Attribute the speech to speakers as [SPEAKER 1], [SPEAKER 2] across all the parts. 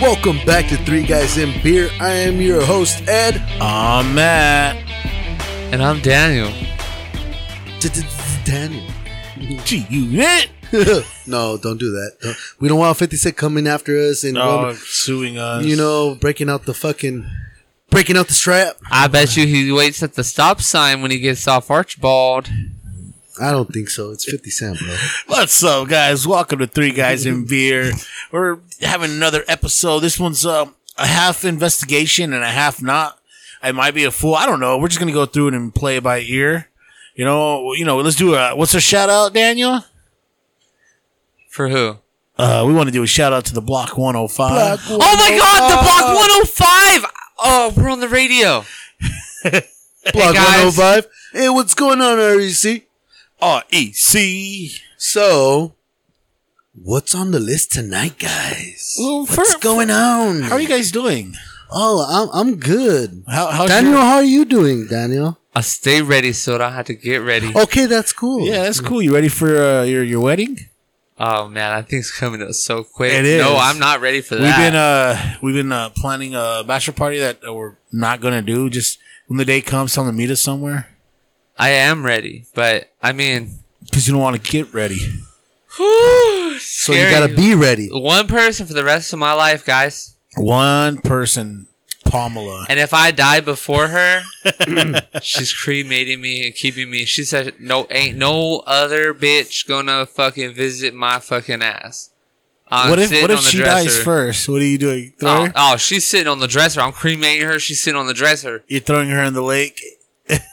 [SPEAKER 1] Welcome back to Three Guys in Beer. I am your host, Ed.
[SPEAKER 2] I'm Matt.
[SPEAKER 3] And I'm Daniel.
[SPEAKER 1] Daniel.
[SPEAKER 2] Gee, you it?
[SPEAKER 1] no, don't do that. Don't- We don't want 50 Cent coming after us and,
[SPEAKER 2] No, suing us.
[SPEAKER 1] you know, breaking out the fucking, breaking out the strap.
[SPEAKER 3] I bet you he waits at the stop sign when he gets off Archibald.
[SPEAKER 1] I don't think so. It's 50 Cent, bro.
[SPEAKER 2] What's up, guys? Welcome to Three Guys in Beer. We're having another episode. This one's uh, a half investigation and a half not. I might be a fool. I don't know. We're just gonna go through it and play it by ear. You know, you know. Let's do a what's a shout out, Daniel?
[SPEAKER 3] For who?
[SPEAKER 2] Uh, we want to do a shout out to the Block One Hundred Five.
[SPEAKER 3] Oh my god, the block 105! Oh, we're on the radio.
[SPEAKER 1] Block
[SPEAKER 3] guys.
[SPEAKER 1] 105. Hey, what's going on, REC?
[SPEAKER 2] R E C.
[SPEAKER 1] So, what's on the list tonight, guys?
[SPEAKER 2] Well,
[SPEAKER 1] what's
[SPEAKER 2] fir-
[SPEAKER 1] going on?
[SPEAKER 2] How are you guys doing?
[SPEAKER 1] Oh, I'm, I'm good.
[SPEAKER 2] How, how's
[SPEAKER 1] Daniel,
[SPEAKER 2] your-
[SPEAKER 1] how are you doing, Daniel?
[SPEAKER 3] I Uh, stay ready, so I don't have to get ready. Oh,
[SPEAKER 1] Okay, that's cool.
[SPEAKER 2] yeah, that's cool. You ready for uh, your your wedding?
[SPEAKER 3] Oh, man, that thing's coming up so quick.
[SPEAKER 2] It is.
[SPEAKER 3] No, I'm not ready for that.
[SPEAKER 2] We've been uh we've been uh, planning a bachelor party that we're not gonna do. Just when the day comes, tell them to meet us somewhere
[SPEAKER 3] I am ready, but I mean,
[SPEAKER 2] because you don't want to get ready.
[SPEAKER 1] So you gotta be ready.
[SPEAKER 3] one person for the rest of my life, guys.
[SPEAKER 2] One person, Pamela.
[SPEAKER 3] And if I die before her, she's cremating me and keeping me. She said, "No, ain't no other bitch gonna fucking visit my fucking ass." I'm
[SPEAKER 2] What if
[SPEAKER 3] sitting
[SPEAKER 2] what if
[SPEAKER 3] on the
[SPEAKER 2] she dies
[SPEAKER 3] dresser.
[SPEAKER 2] first? What are you doing? Throw
[SPEAKER 3] Oh,
[SPEAKER 2] her?
[SPEAKER 3] oh, she's sitting on the dresser. I'm cremating her. She's sitting on the dresser.
[SPEAKER 2] You're throwing her in the lake.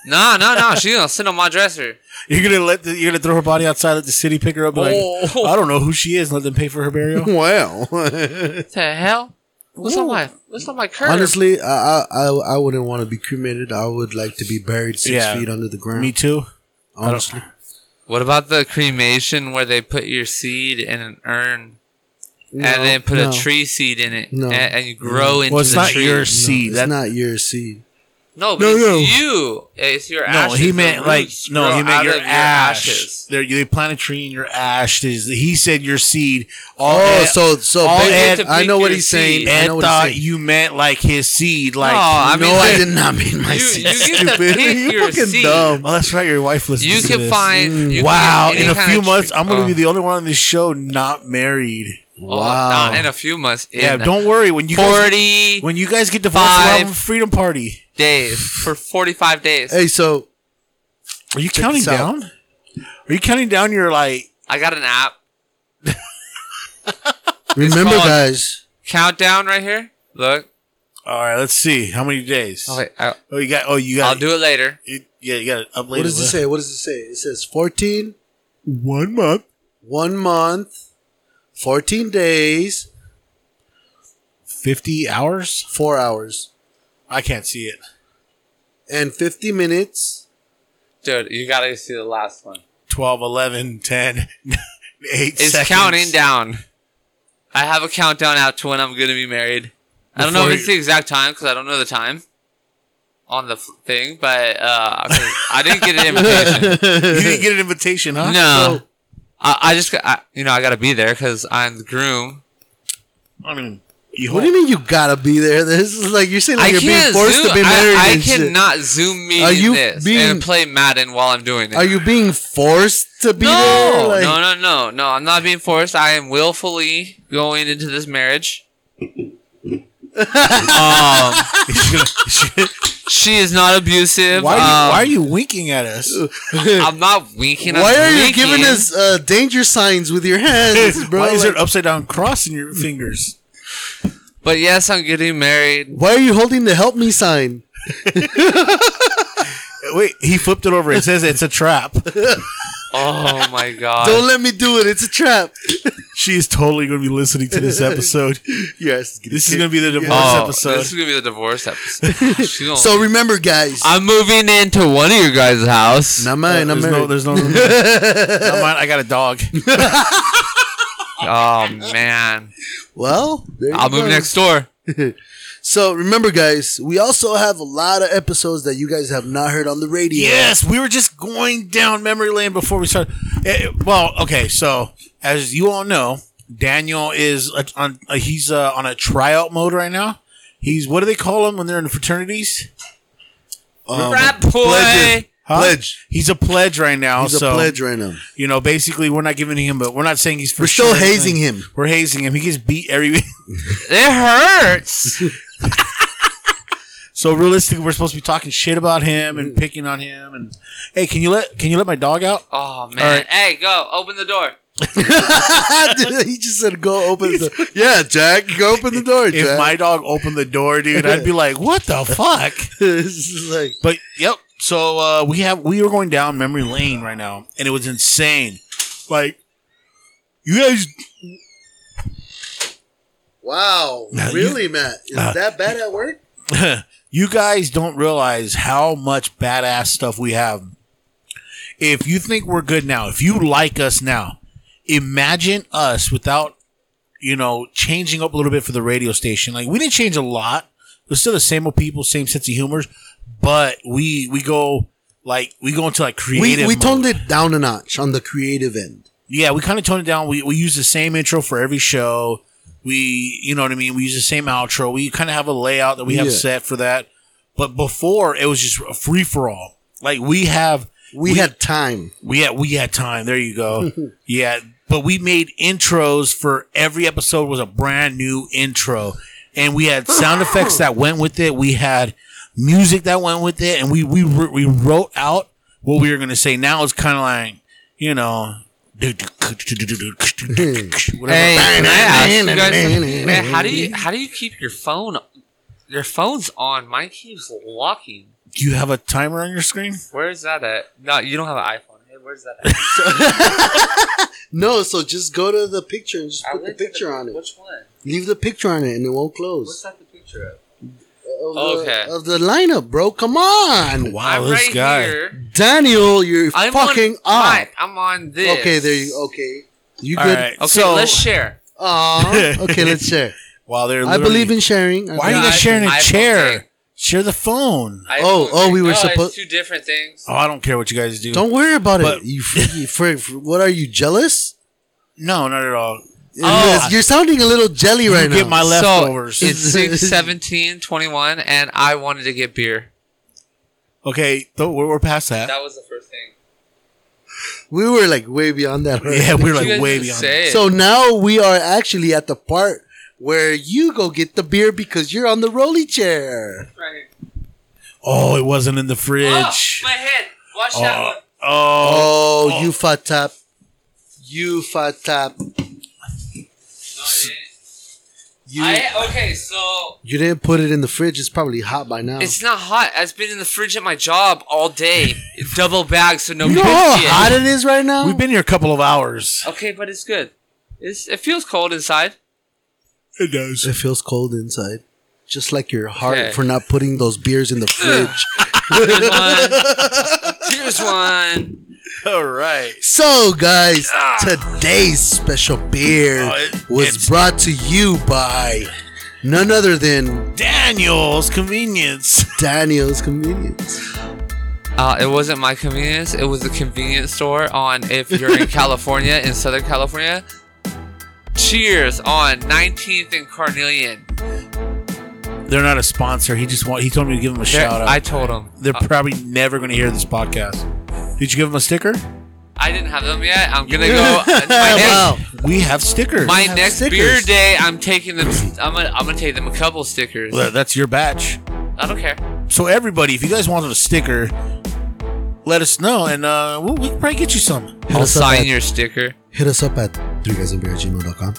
[SPEAKER 3] No, no, no. She's gonna sit on my dresser.
[SPEAKER 2] You're gonna let the, you're gonna throw her body outside. Let the city pick her up. Like,
[SPEAKER 3] Oh.
[SPEAKER 2] I don't know who she is. and Let them pay for her burial.
[SPEAKER 1] Wow.
[SPEAKER 3] What the hell? What's on my What's on my curb?
[SPEAKER 1] Honestly, I, I I I wouldn't want to be cremated. I would like to be buried six
[SPEAKER 2] Yeah.
[SPEAKER 1] feet under the ground.
[SPEAKER 2] Me too.
[SPEAKER 1] honestly,
[SPEAKER 3] What about the cremation where they put your seed in an urn and then put
[SPEAKER 1] no.
[SPEAKER 3] a tree seed in it
[SPEAKER 1] No.
[SPEAKER 3] and, and you grow into
[SPEAKER 2] Well, it's
[SPEAKER 3] the
[SPEAKER 2] not
[SPEAKER 3] tree?
[SPEAKER 2] your
[SPEAKER 1] No,
[SPEAKER 2] seed.
[SPEAKER 1] it's
[SPEAKER 2] That,
[SPEAKER 1] not your seed.
[SPEAKER 3] No, but
[SPEAKER 2] No,
[SPEAKER 3] it's
[SPEAKER 2] no.
[SPEAKER 3] you. It's your ashes.
[SPEAKER 2] No, he
[SPEAKER 3] The
[SPEAKER 2] meant like
[SPEAKER 3] roots
[SPEAKER 2] no,
[SPEAKER 3] grow
[SPEAKER 2] he meant
[SPEAKER 3] out
[SPEAKER 2] your,
[SPEAKER 3] of
[SPEAKER 2] ash. There, you- they plant a tree in your ash. Is he said your seed? All
[SPEAKER 1] Oh,
[SPEAKER 2] Ed-
[SPEAKER 1] so so
[SPEAKER 2] all
[SPEAKER 1] ba-
[SPEAKER 2] Ed-
[SPEAKER 1] I know
[SPEAKER 3] pick
[SPEAKER 1] what
[SPEAKER 3] your
[SPEAKER 1] he's saying.
[SPEAKER 3] seed.
[SPEAKER 1] I
[SPEAKER 2] Ed
[SPEAKER 1] know what he's
[SPEAKER 2] thought
[SPEAKER 1] saying.
[SPEAKER 2] you meant like his seed. Like,
[SPEAKER 3] no, I mean,
[SPEAKER 1] no, I
[SPEAKER 3] like,
[SPEAKER 1] did not mean my
[SPEAKER 3] you-
[SPEAKER 1] seed.
[SPEAKER 3] you get to
[SPEAKER 1] stupid.
[SPEAKER 3] pick
[SPEAKER 1] you
[SPEAKER 3] your
[SPEAKER 1] fucking
[SPEAKER 3] seed.
[SPEAKER 1] dumb.
[SPEAKER 2] oh, that's right. Your wife was.
[SPEAKER 3] You can find. You
[SPEAKER 2] Mm. wow,
[SPEAKER 3] can get
[SPEAKER 2] in
[SPEAKER 3] any
[SPEAKER 2] a
[SPEAKER 3] kind
[SPEAKER 2] few
[SPEAKER 3] of
[SPEAKER 2] months,
[SPEAKER 3] tree-
[SPEAKER 2] I'm gonna
[SPEAKER 3] Oh.
[SPEAKER 2] be the only one on this show not married.
[SPEAKER 3] Oh,
[SPEAKER 1] Wow.
[SPEAKER 3] nah, in a few months. In
[SPEAKER 2] Yeah, don't worry when you guys,
[SPEAKER 3] Forty
[SPEAKER 2] when you guys get divorced, we're
[SPEAKER 3] Five.
[SPEAKER 2] having a freedom party.
[SPEAKER 3] days for forty-five days.
[SPEAKER 1] Hey, so
[SPEAKER 2] Are you counting
[SPEAKER 1] this out.
[SPEAKER 2] down? Are you counting down your like?
[SPEAKER 3] I got an app
[SPEAKER 1] remember,
[SPEAKER 3] called-
[SPEAKER 1] guys.
[SPEAKER 3] countdown right here. Look.
[SPEAKER 2] All right, let's see how many days.
[SPEAKER 3] Oh, wait, I,
[SPEAKER 2] Oh, you got. Oh, you got.
[SPEAKER 3] I'll do it later.
[SPEAKER 2] You, yeah, you got to upload.
[SPEAKER 1] What does
[SPEAKER 2] it.
[SPEAKER 1] it say? What does it say? It says 14,
[SPEAKER 2] One month.
[SPEAKER 1] one month, 14 days,
[SPEAKER 2] 50 hours?
[SPEAKER 1] four hours,
[SPEAKER 2] I can't see it.
[SPEAKER 1] and 50 minutes.
[SPEAKER 3] Dude, you gotta see the last one.
[SPEAKER 2] 12, 11, 10, 8
[SPEAKER 3] It's
[SPEAKER 2] seconds.
[SPEAKER 3] counting down. I have a countdown out to when I'm gonna be married. I don't know
[SPEAKER 2] Before
[SPEAKER 3] if it's the exact time because I don't know the time on the f- thing, but uh, 'cause I didn't get an invitation.
[SPEAKER 2] You didn't get an invitation, huh?
[SPEAKER 3] No, I, I just got, I, you know I gotta be there because I'm the groom.
[SPEAKER 2] I mean, you
[SPEAKER 1] What do you mean you gotta be there? This is like you're saying like
[SPEAKER 3] I
[SPEAKER 1] you're being
[SPEAKER 3] can't
[SPEAKER 1] forced
[SPEAKER 3] zoom.
[SPEAKER 1] to be married.
[SPEAKER 3] I, I
[SPEAKER 1] and shit.
[SPEAKER 3] cannot zoom me
[SPEAKER 1] Are you
[SPEAKER 3] this
[SPEAKER 1] being-
[SPEAKER 3] and play Madden while I'm doing it.
[SPEAKER 1] Are you being forced to be
[SPEAKER 3] no,
[SPEAKER 1] there? Like,
[SPEAKER 3] no, no, no, no. I'm not being forced. I am willfully going into this marriage. um, she is not abusive.
[SPEAKER 2] why, are you,
[SPEAKER 3] Um,
[SPEAKER 2] why are you winking at us?
[SPEAKER 3] I'm not winking. I'm
[SPEAKER 1] Why are you
[SPEAKER 3] winking.
[SPEAKER 1] giving us uh, danger signs with your hands, bro?
[SPEAKER 2] why is there
[SPEAKER 1] Like,
[SPEAKER 2] an upside down cross in your fingers?
[SPEAKER 3] But yes, I'm getting married.
[SPEAKER 1] why are you holding the help me sign?
[SPEAKER 2] Wait, he flipped it over. It says it's a trap.
[SPEAKER 3] Oh my god.
[SPEAKER 1] Don't let me do it. It's a trap.
[SPEAKER 2] she is totally going to be listening to this episode.
[SPEAKER 1] Yes.
[SPEAKER 2] This is going to be the divorce
[SPEAKER 3] oh,
[SPEAKER 2] episode.
[SPEAKER 3] This is gonna be the divorce episode. She gonna-
[SPEAKER 1] So remember, guys.
[SPEAKER 3] I'm moving into one of your guys' house.
[SPEAKER 1] not mine. I'm
[SPEAKER 2] there's
[SPEAKER 1] married.
[SPEAKER 2] no, there's no, Never mind, I got a dog.
[SPEAKER 3] Oh man,
[SPEAKER 1] well, there you
[SPEAKER 3] I'll move
[SPEAKER 1] go.
[SPEAKER 3] next door.
[SPEAKER 1] So remember, guys. We also have a lot of episodes that you guys have not heard on the radio.
[SPEAKER 2] Yes, we were just eh, going down memory lane before we started. Eh, well, okay, so as you all know, Daniel is a, on uh, he's uh, on a tryout mode right now. He's what do they call them when they're in fraternities?
[SPEAKER 1] Um,
[SPEAKER 3] Rap boy.
[SPEAKER 1] pledges.
[SPEAKER 2] Huh?
[SPEAKER 1] Pledge.
[SPEAKER 2] He's a pledge right now.
[SPEAKER 1] He's
[SPEAKER 2] so
[SPEAKER 1] a pledge right now.
[SPEAKER 2] you know, basically, we're not giving him, but we're not saying he's for
[SPEAKER 1] We're still
[SPEAKER 2] sure
[SPEAKER 1] hazing
[SPEAKER 2] anything.
[SPEAKER 1] him.
[SPEAKER 2] We're hazing him. He gets beat every.
[SPEAKER 3] It hurts.
[SPEAKER 2] so realistically, we're supposed to be talking shit about him
[SPEAKER 1] Mm.
[SPEAKER 2] and picking on him. And hey, can you let can you let my dog out?
[SPEAKER 3] Oh
[SPEAKER 2] All
[SPEAKER 3] man.
[SPEAKER 2] right.
[SPEAKER 3] Hey, go open the door.
[SPEAKER 1] he just said, "Go open the door." Yeah, Jack, go open the door,
[SPEAKER 2] If
[SPEAKER 1] Jack.
[SPEAKER 2] my dog opened the door, dude, I'd be like, "What the fuck?"
[SPEAKER 1] this is like
[SPEAKER 2] But yep. So uh, we have we are going down memory lane right now, and it was insane. Like you guys,
[SPEAKER 1] Wow,
[SPEAKER 2] Now
[SPEAKER 1] really, Matt? Is
[SPEAKER 2] uh,
[SPEAKER 1] that bad at work?
[SPEAKER 2] you guys don't realize how much badass stuff we have. If you think we're good now, if you like us now, imagine us without, you know, changing up a little bit for the radio station. Like we didn't change a lot. We're still the same old people, same sense of humor, but we we go like we go into like
[SPEAKER 1] We
[SPEAKER 2] creative.
[SPEAKER 1] we
[SPEAKER 2] mode.
[SPEAKER 1] toned it down a notch on the creative end.
[SPEAKER 2] Yeah, we kind of toned it down. We, we use the same intro for every show. We, you know what I mean? We use the same outro. We kind of have a layout that we have
[SPEAKER 1] Yeah.
[SPEAKER 2] set for that. But before, it was just a free for all. Like we have,
[SPEAKER 1] We, had time.
[SPEAKER 2] we had, we had time. There you go. yeah. But we made intros for every episode was a brand new intro. And we had sound effects that went with it. We had music that went with it. And we, we, wr- we wrote out what we were going to say. Now it's kind of like, you know, whatever.
[SPEAKER 3] Hey, can I ask you guys something? man, how do you how do you keep your phone? Your phone's on. Mine keeps locking.
[SPEAKER 2] Do you have a timer on your screen?
[SPEAKER 3] Where is that at? No, you don't have an iPhone. Hey, where's that at?
[SPEAKER 1] No, so just go to the picture and just
[SPEAKER 3] I
[SPEAKER 1] put the
[SPEAKER 3] went to
[SPEAKER 1] picture on it.
[SPEAKER 3] Which one?
[SPEAKER 1] Leave the picture on it, and it won't
[SPEAKER 3] What's
[SPEAKER 1] close.
[SPEAKER 3] that the picture of?
[SPEAKER 1] Of
[SPEAKER 3] Okay.
[SPEAKER 1] The, of the lineup, bro. Come on,
[SPEAKER 2] Wow,
[SPEAKER 3] I'm
[SPEAKER 2] Oh, this
[SPEAKER 3] right
[SPEAKER 2] guy.
[SPEAKER 3] here.
[SPEAKER 1] Daniel, you're
[SPEAKER 3] I'm
[SPEAKER 1] fucking
[SPEAKER 3] on,
[SPEAKER 1] up.
[SPEAKER 3] mine. I'm on this.
[SPEAKER 1] Okay, there you. Okay, you
[SPEAKER 2] All
[SPEAKER 1] good?
[SPEAKER 2] right.
[SPEAKER 3] Okay,
[SPEAKER 2] So-
[SPEAKER 3] let's share.
[SPEAKER 1] Aw, okay, let's share.
[SPEAKER 2] While they're
[SPEAKER 1] I
[SPEAKER 2] literally-
[SPEAKER 1] believe in sharing. I
[SPEAKER 2] Why are you
[SPEAKER 1] believe-
[SPEAKER 2] guys
[SPEAKER 3] I-
[SPEAKER 2] sharing a
[SPEAKER 3] iPhone
[SPEAKER 2] chair?
[SPEAKER 3] thing.
[SPEAKER 2] Share the phone.
[SPEAKER 1] Oh,
[SPEAKER 3] iPhone
[SPEAKER 1] oh,
[SPEAKER 3] thing.
[SPEAKER 1] we were
[SPEAKER 3] No, it's
[SPEAKER 1] supposed-
[SPEAKER 3] two different things.
[SPEAKER 2] Oh, I don't care what you guys do.
[SPEAKER 1] Don't worry about
[SPEAKER 2] But-
[SPEAKER 1] it. You, f- you for, for- what are you jealous?
[SPEAKER 2] No, not at all.
[SPEAKER 1] Yes, you're sounding a little jelly
[SPEAKER 2] You
[SPEAKER 1] right
[SPEAKER 2] get
[SPEAKER 1] now.
[SPEAKER 2] my left- leftovers.
[SPEAKER 3] So it's 6, 17, 21, and I wanted to get beer.
[SPEAKER 2] Okay, th- we're, we're past that.
[SPEAKER 3] That was the first thing.
[SPEAKER 1] we were like way beyond that. right?
[SPEAKER 2] yeah, we're
[SPEAKER 3] You
[SPEAKER 2] like
[SPEAKER 3] guys
[SPEAKER 2] way
[SPEAKER 3] just
[SPEAKER 2] beyond.
[SPEAKER 3] say it.
[SPEAKER 1] So now we are actually at the part where you go get the beer because you're on the rolly chair.
[SPEAKER 3] Right here.
[SPEAKER 2] that. Oh, it wasn't in the fridge.
[SPEAKER 3] Oh, my head. Watch
[SPEAKER 2] Oh,
[SPEAKER 3] that one.
[SPEAKER 2] oh.
[SPEAKER 1] Oh, you fat tap. You fat tap.
[SPEAKER 3] No, I didn't.
[SPEAKER 1] You,
[SPEAKER 3] I, okay, so
[SPEAKER 1] you didn't put it in the fridge. It's probably hot by now.
[SPEAKER 3] it's not hot. It's been in the fridge at my job all day. Double bag, so no
[SPEAKER 1] you know
[SPEAKER 3] good
[SPEAKER 1] how
[SPEAKER 3] shit.
[SPEAKER 1] hot it is right now?
[SPEAKER 2] We've been here a couple of hours.
[SPEAKER 3] Okay, but it's good. It's, it feels cold inside.
[SPEAKER 2] It does.
[SPEAKER 1] It feels cold inside. Just like your heart
[SPEAKER 3] Okay.
[SPEAKER 1] for not putting those beers in the fridge.
[SPEAKER 3] Here's one. Here's one.
[SPEAKER 2] All right.
[SPEAKER 1] so, guys, today's special beer
[SPEAKER 2] Oh, it-
[SPEAKER 1] was
[SPEAKER 2] it's-
[SPEAKER 1] brought to you by none other than
[SPEAKER 2] Daniel's convenience.
[SPEAKER 1] Daniel's Convenience.
[SPEAKER 3] Uh, it wasn't my convenience. It was the convenience store on if you're in California, in Southern California. Cheers on 19th and Carnelian.
[SPEAKER 2] They're not a sponsor. He just want. He told me to give him a
[SPEAKER 3] They're-
[SPEAKER 2] shout out.
[SPEAKER 3] I told them.
[SPEAKER 2] They're probably never going to hear this podcast. Did you give them a sticker?
[SPEAKER 3] I didn't have them yet. I'm gonna go. uh, my next-
[SPEAKER 1] wow.
[SPEAKER 2] We have stickers.
[SPEAKER 3] My
[SPEAKER 1] have
[SPEAKER 3] next
[SPEAKER 1] stickers.
[SPEAKER 3] beer day, I'm taking them. I'm gonna, I'm gonna take them a couple stickers.
[SPEAKER 2] Well, That's your batch.
[SPEAKER 3] I don't care.
[SPEAKER 2] So everybody, if you guys wanted a sticker, let us know, and uh, we'll, we can probably get you some.
[SPEAKER 1] Hit
[SPEAKER 3] I'll
[SPEAKER 1] us up
[SPEAKER 3] sign
[SPEAKER 1] at-
[SPEAKER 3] your sticker.
[SPEAKER 1] Hit us up at 3guysandbeer@gmail.com.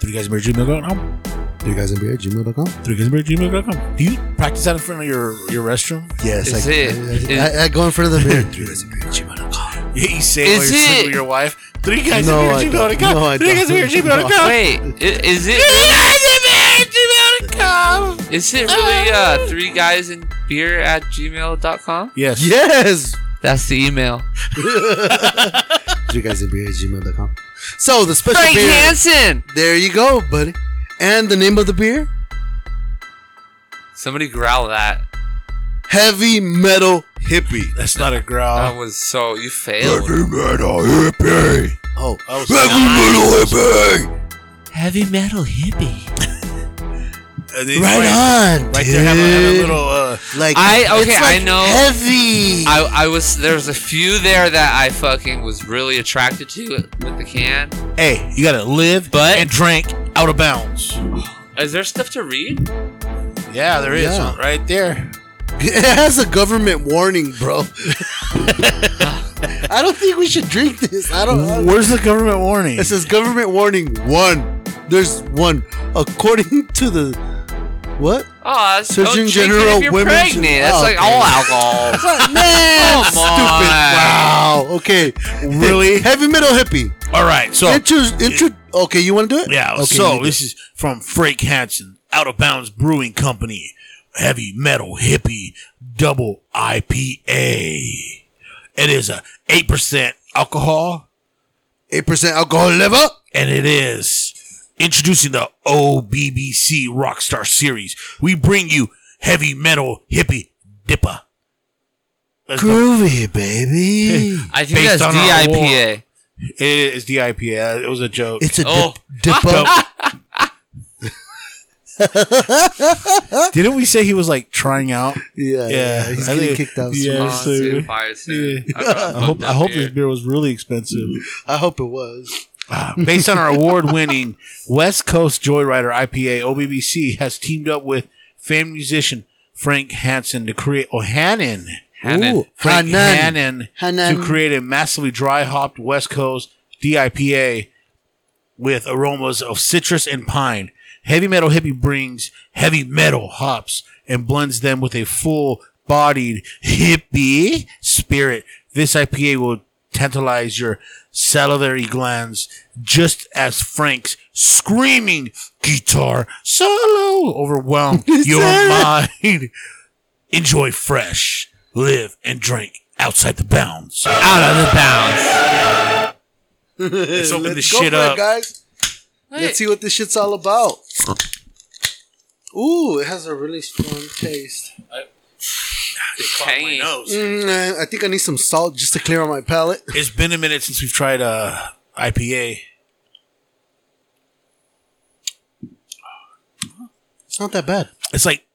[SPEAKER 2] Three guys beer gmail.com.
[SPEAKER 1] 3guysandbeer@gmail.com.
[SPEAKER 2] Three guys beer gmail.com. Do you practice that in front of your your restroom?
[SPEAKER 1] Yes,
[SPEAKER 3] Is
[SPEAKER 1] I,
[SPEAKER 3] it-
[SPEAKER 1] I, I- I- I go in front of the mirror. 3guysandbeer@gmail.com.
[SPEAKER 2] Yeah, you say while
[SPEAKER 3] Is
[SPEAKER 2] "Oh, you're sleeping
[SPEAKER 3] it-
[SPEAKER 2] with your wife. Three guys
[SPEAKER 1] No, I
[SPEAKER 2] beer gmail.com.
[SPEAKER 1] don't. No, I
[SPEAKER 2] Three
[SPEAKER 1] don't.
[SPEAKER 2] guys beer gmail.com.
[SPEAKER 3] Wait, i- is it
[SPEAKER 2] Three guys beer gmail.com.
[SPEAKER 3] is it really uh three guys in beer at gmail.com?
[SPEAKER 2] Yes.
[SPEAKER 1] Yes!
[SPEAKER 3] That's the email.
[SPEAKER 1] 3guysandbeer@gmail.com. So, the special
[SPEAKER 3] Frank
[SPEAKER 1] beer.
[SPEAKER 3] Hansen.
[SPEAKER 1] There you go, buddy. And the name of the beer?
[SPEAKER 3] Somebody growl that.
[SPEAKER 1] Heavy Metal Hippie.
[SPEAKER 2] That's not a
[SPEAKER 3] That
[SPEAKER 2] growl.
[SPEAKER 3] was so you failed.
[SPEAKER 1] Oh,
[SPEAKER 2] Oh,
[SPEAKER 3] heavy metal hippie.
[SPEAKER 2] Uh, they-
[SPEAKER 1] Right on,
[SPEAKER 2] Right there, have a, have a
[SPEAKER 1] dude.
[SPEAKER 2] little. Uh,
[SPEAKER 1] Like
[SPEAKER 3] I- okay,
[SPEAKER 1] it's, like,
[SPEAKER 3] I know-
[SPEAKER 1] heavy.
[SPEAKER 3] I, I was there's a few there that I fucking was really attracted to with the can.
[SPEAKER 2] hey, you gotta live,
[SPEAKER 3] But-
[SPEAKER 2] and drink out of bounds.
[SPEAKER 3] Is there stuff to read? Oh,
[SPEAKER 2] Yeah, there is
[SPEAKER 1] Yeah.
[SPEAKER 2] one right there.
[SPEAKER 1] it has a government warning, bro. I don't think we should drink this. I don't. I don't-
[SPEAKER 2] Where's the government warning?
[SPEAKER 1] It says government warning one. There's one. According to the what?
[SPEAKER 3] Oh, that's
[SPEAKER 1] Surgeon
[SPEAKER 3] Surgeon General
[SPEAKER 1] General
[SPEAKER 3] if you're
[SPEAKER 1] Women's-
[SPEAKER 3] pregnant. That's
[SPEAKER 1] Oh,
[SPEAKER 3] like
[SPEAKER 1] okay.
[SPEAKER 3] all alcohol.
[SPEAKER 1] Man,
[SPEAKER 3] Come
[SPEAKER 1] stupid.
[SPEAKER 3] on.
[SPEAKER 1] Wow. Okay.
[SPEAKER 2] Really?
[SPEAKER 1] Heavy metal hippie.
[SPEAKER 2] All right, so
[SPEAKER 1] Intro. Intro. Okay, you want to do it?
[SPEAKER 2] Yeah.
[SPEAKER 1] Okay, you
[SPEAKER 2] so
[SPEAKER 1] do
[SPEAKER 2] this is from Frank Hansen, Out of Bounds Brewing Company, Heavy Metal Hippie Double IPA. It is a eight percent alcohol,
[SPEAKER 1] Eight percent alcohol level.
[SPEAKER 2] and it is introducing the OBBC Rockstar Series. We bring you Heavy Metal Hippie Dipper. That's the-
[SPEAKER 1] Groovy, baby.
[SPEAKER 3] I think
[SPEAKER 2] Based
[SPEAKER 3] that's
[SPEAKER 2] on our war.
[SPEAKER 3] DIPA.
[SPEAKER 2] It is the IPA. It was a joke.
[SPEAKER 1] It's a
[SPEAKER 3] Oh.
[SPEAKER 1] dip, dip up.
[SPEAKER 2] Didn't we say he was like trying out?
[SPEAKER 1] Yeah, yeah.
[SPEAKER 2] Yeah,
[SPEAKER 1] He's
[SPEAKER 2] I
[SPEAKER 1] getting
[SPEAKER 2] think-
[SPEAKER 1] kicked out. soon.
[SPEAKER 2] yeah.
[SPEAKER 3] Oh, it's
[SPEAKER 2] sir.
[SPEAKER 3] too fire, sir. I, don't know,
[SPEAKER 2] I hope
[SPEAKER 3] fucked
[SPEAKER 2] I
[SPEAKER 3] up
[SPEAKER 2] hope
[SPEAKER 3] here.
[SPEAKER 2] this beer was really expensive.
[SPEAKER 1] I hope it was.
[SPEAKER 2] Uh, based on our award-winning West Coast Joyrider IPA, OBBC has teamed up with famed musician Frank Hansen to create O'Hannon.
[SPEAKER 3] Hannon.
[SPEAKER 1] Ooh,
[SPEAKER 2] Frank
[SPEAKER 1] Hanan.
[SPEAKER 2] Hannon,
[SPEAKER 1] Hannon.
[SPEAKER 2] to create a massively dry hopped West Coast DIPA with aromas of citrus and pine. Heavy Metal Hippie brings heavy metal hops and blends them with a full bodied hippie spirit. This IPA will tantalize your salivary glands just as Frank's screaming guitar solo overwhelm your mind. Enjoy fresh, live and drink outside the bounds.
[SPEAKER 3] out of the bounds.
[SPEAKER 1] Let's
[SPEAKER 2] open this
[SPEAKER 1] go
[SPEAKER 2] shit
[SPEAKER 1] for it,
[SPEAKER 2] up.
[SPEAKER 1] guys. Let's see what this shit's all about. Ooh, it has a really strong taste.
[SPEAKER 3] Tangy.
[SPEAKER 1] Mm, I think I need some salt just to clear out my palate.
[SPEAKER 2] It's been a minute since we've tried uh, IPA.
[SPEAKER 1] It's not that bad.
[SPEAKER 2] It's like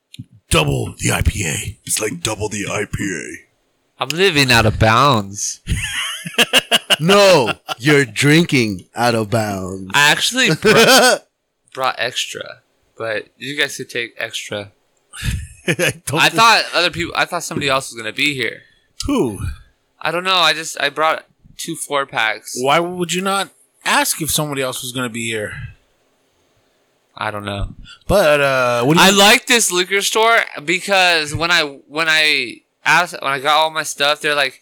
[SPEAKER 2] double the IPA. It's like double the IPA.
[SPEAKER 3] I'm living out of bounds.
[SPEAKER 1] No, you're drinking out of bounds.
[SPEAKER 3] I actually brought, brought extra, but you guys could take extra. I thought other people. I thought somebody else was gonna be here.
[SPEAKER 2] who?
[SPEAKER 3] I don't know. I just I brought two four packs.
[SPEAKER 2] Why would you not ask if somebody else was going to be here?
[SPEAKER 3] I don't know.
[SPEAKER 2] But uh, what do
[SPEAKER 3] I
[SPEAKER 2] you?
[SPEAKER 3] like this liquor store because when I when I asked when I got all my stuff, they're like,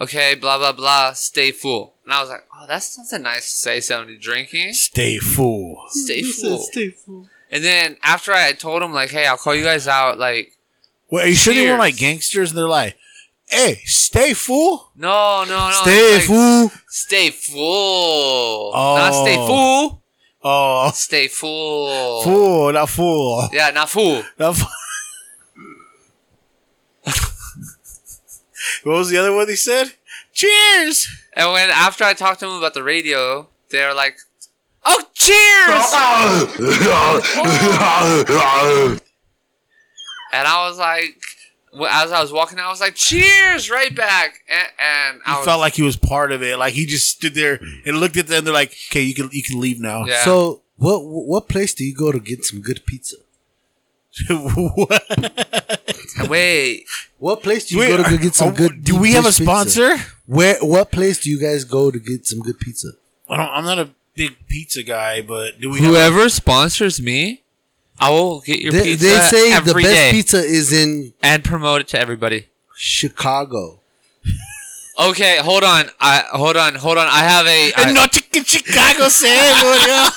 [SPEAKER 3] okay, blah blah blah, stay full, and I was like, oh, that sounds a nice to say something to drinking.
[SPEAKER 2] Stay full.
[SPEAKER 3] Stay
[SPEAKER 1] You said
[SPEAKER 3] full.
[SPEAKER 1] stay full.
[SPEAKER 3] And then after I had told him like, hey, I'll call you guys out, like.
[SPEAKER 2] Wait, are you sure they were
[SPEAKER 3] Cheers.
[SPEAKER 2] like gangsters? And they're like, "Hey, stay full,
[SPEAKER 3] No, no, no.
[SPEAKER 2] stay
[SPEAKER 3] it's like,
[SPEAKER 2] full."
[SPEAKER 3] Stay full. Not stay
[SPEAKER 2] Oh.
[SPEAKER 3] full.
[SPEAKER 2] Oh,
[SPEAKER 3] Stay full.
[SPEAKER 2] full, not full,
[SPEAKER 3] Yeah, not full.
[SPEAKER 2] not full. what was the other one they said? Cheers.
[SPEAKER 3] And when after I talked to him about the radio, they were like, "Oh, cheers!" and I was like, well, as I was walking, out, I was like, "Cheers!" Right back, and, and
[SPEAKER 2] He
[SPEAKER 3] I was,
[SPEAKER 2] felt like he was part of it. Like he just stood there and looked at them. They're like, "Okay, you can you can leave now."
[SPEAKER 3] yeah.
[SPEAKER 1] So, what what place do you go to get some good pizza?
[SPEAKER 2] What?
[SPEAKER 3] wait,
[SPEAKER 1] What place do you
[SPEAKER 2] Wait,
[SPEAKER 1] go to go
[SPEAKER 2] are-
[SPEAKER 1] get some
[SPEAKER 2] are-
[SPEAKER 1] good?
[SPEAKER 2] Oh, Do
[SPEAKER 1] deep
[SPEAKER 2] we have a
[SPEAKER 1] dish pizza?
[SPEAKER 2] sponsor?
[SPEAKER 1] Where? What place do you guys go to get some good pizza?
[SPEAKER 2] I don't. I'm not a big pizza guy, but do we? have-
[SPEAKER 3] whoever sponsors me, I will get your
[SPEAKER 1] They,
[SPEAKER 3] pizza
[SPEAKER 1] they say the
[SPEAKER 3] every
[SPEAKER 1] best
[SPEAKER 3] day
[SPEAKER 1] pizza is in
[SPEAKER 3] and promote it to everybody.
[SPEAKER 1] Chicago.
[SPEAKER 3] Okay, hold on. I hold on, hold on. I have a I,
[SPEAKER 2] and not chicken Chicago sandwich. yeah.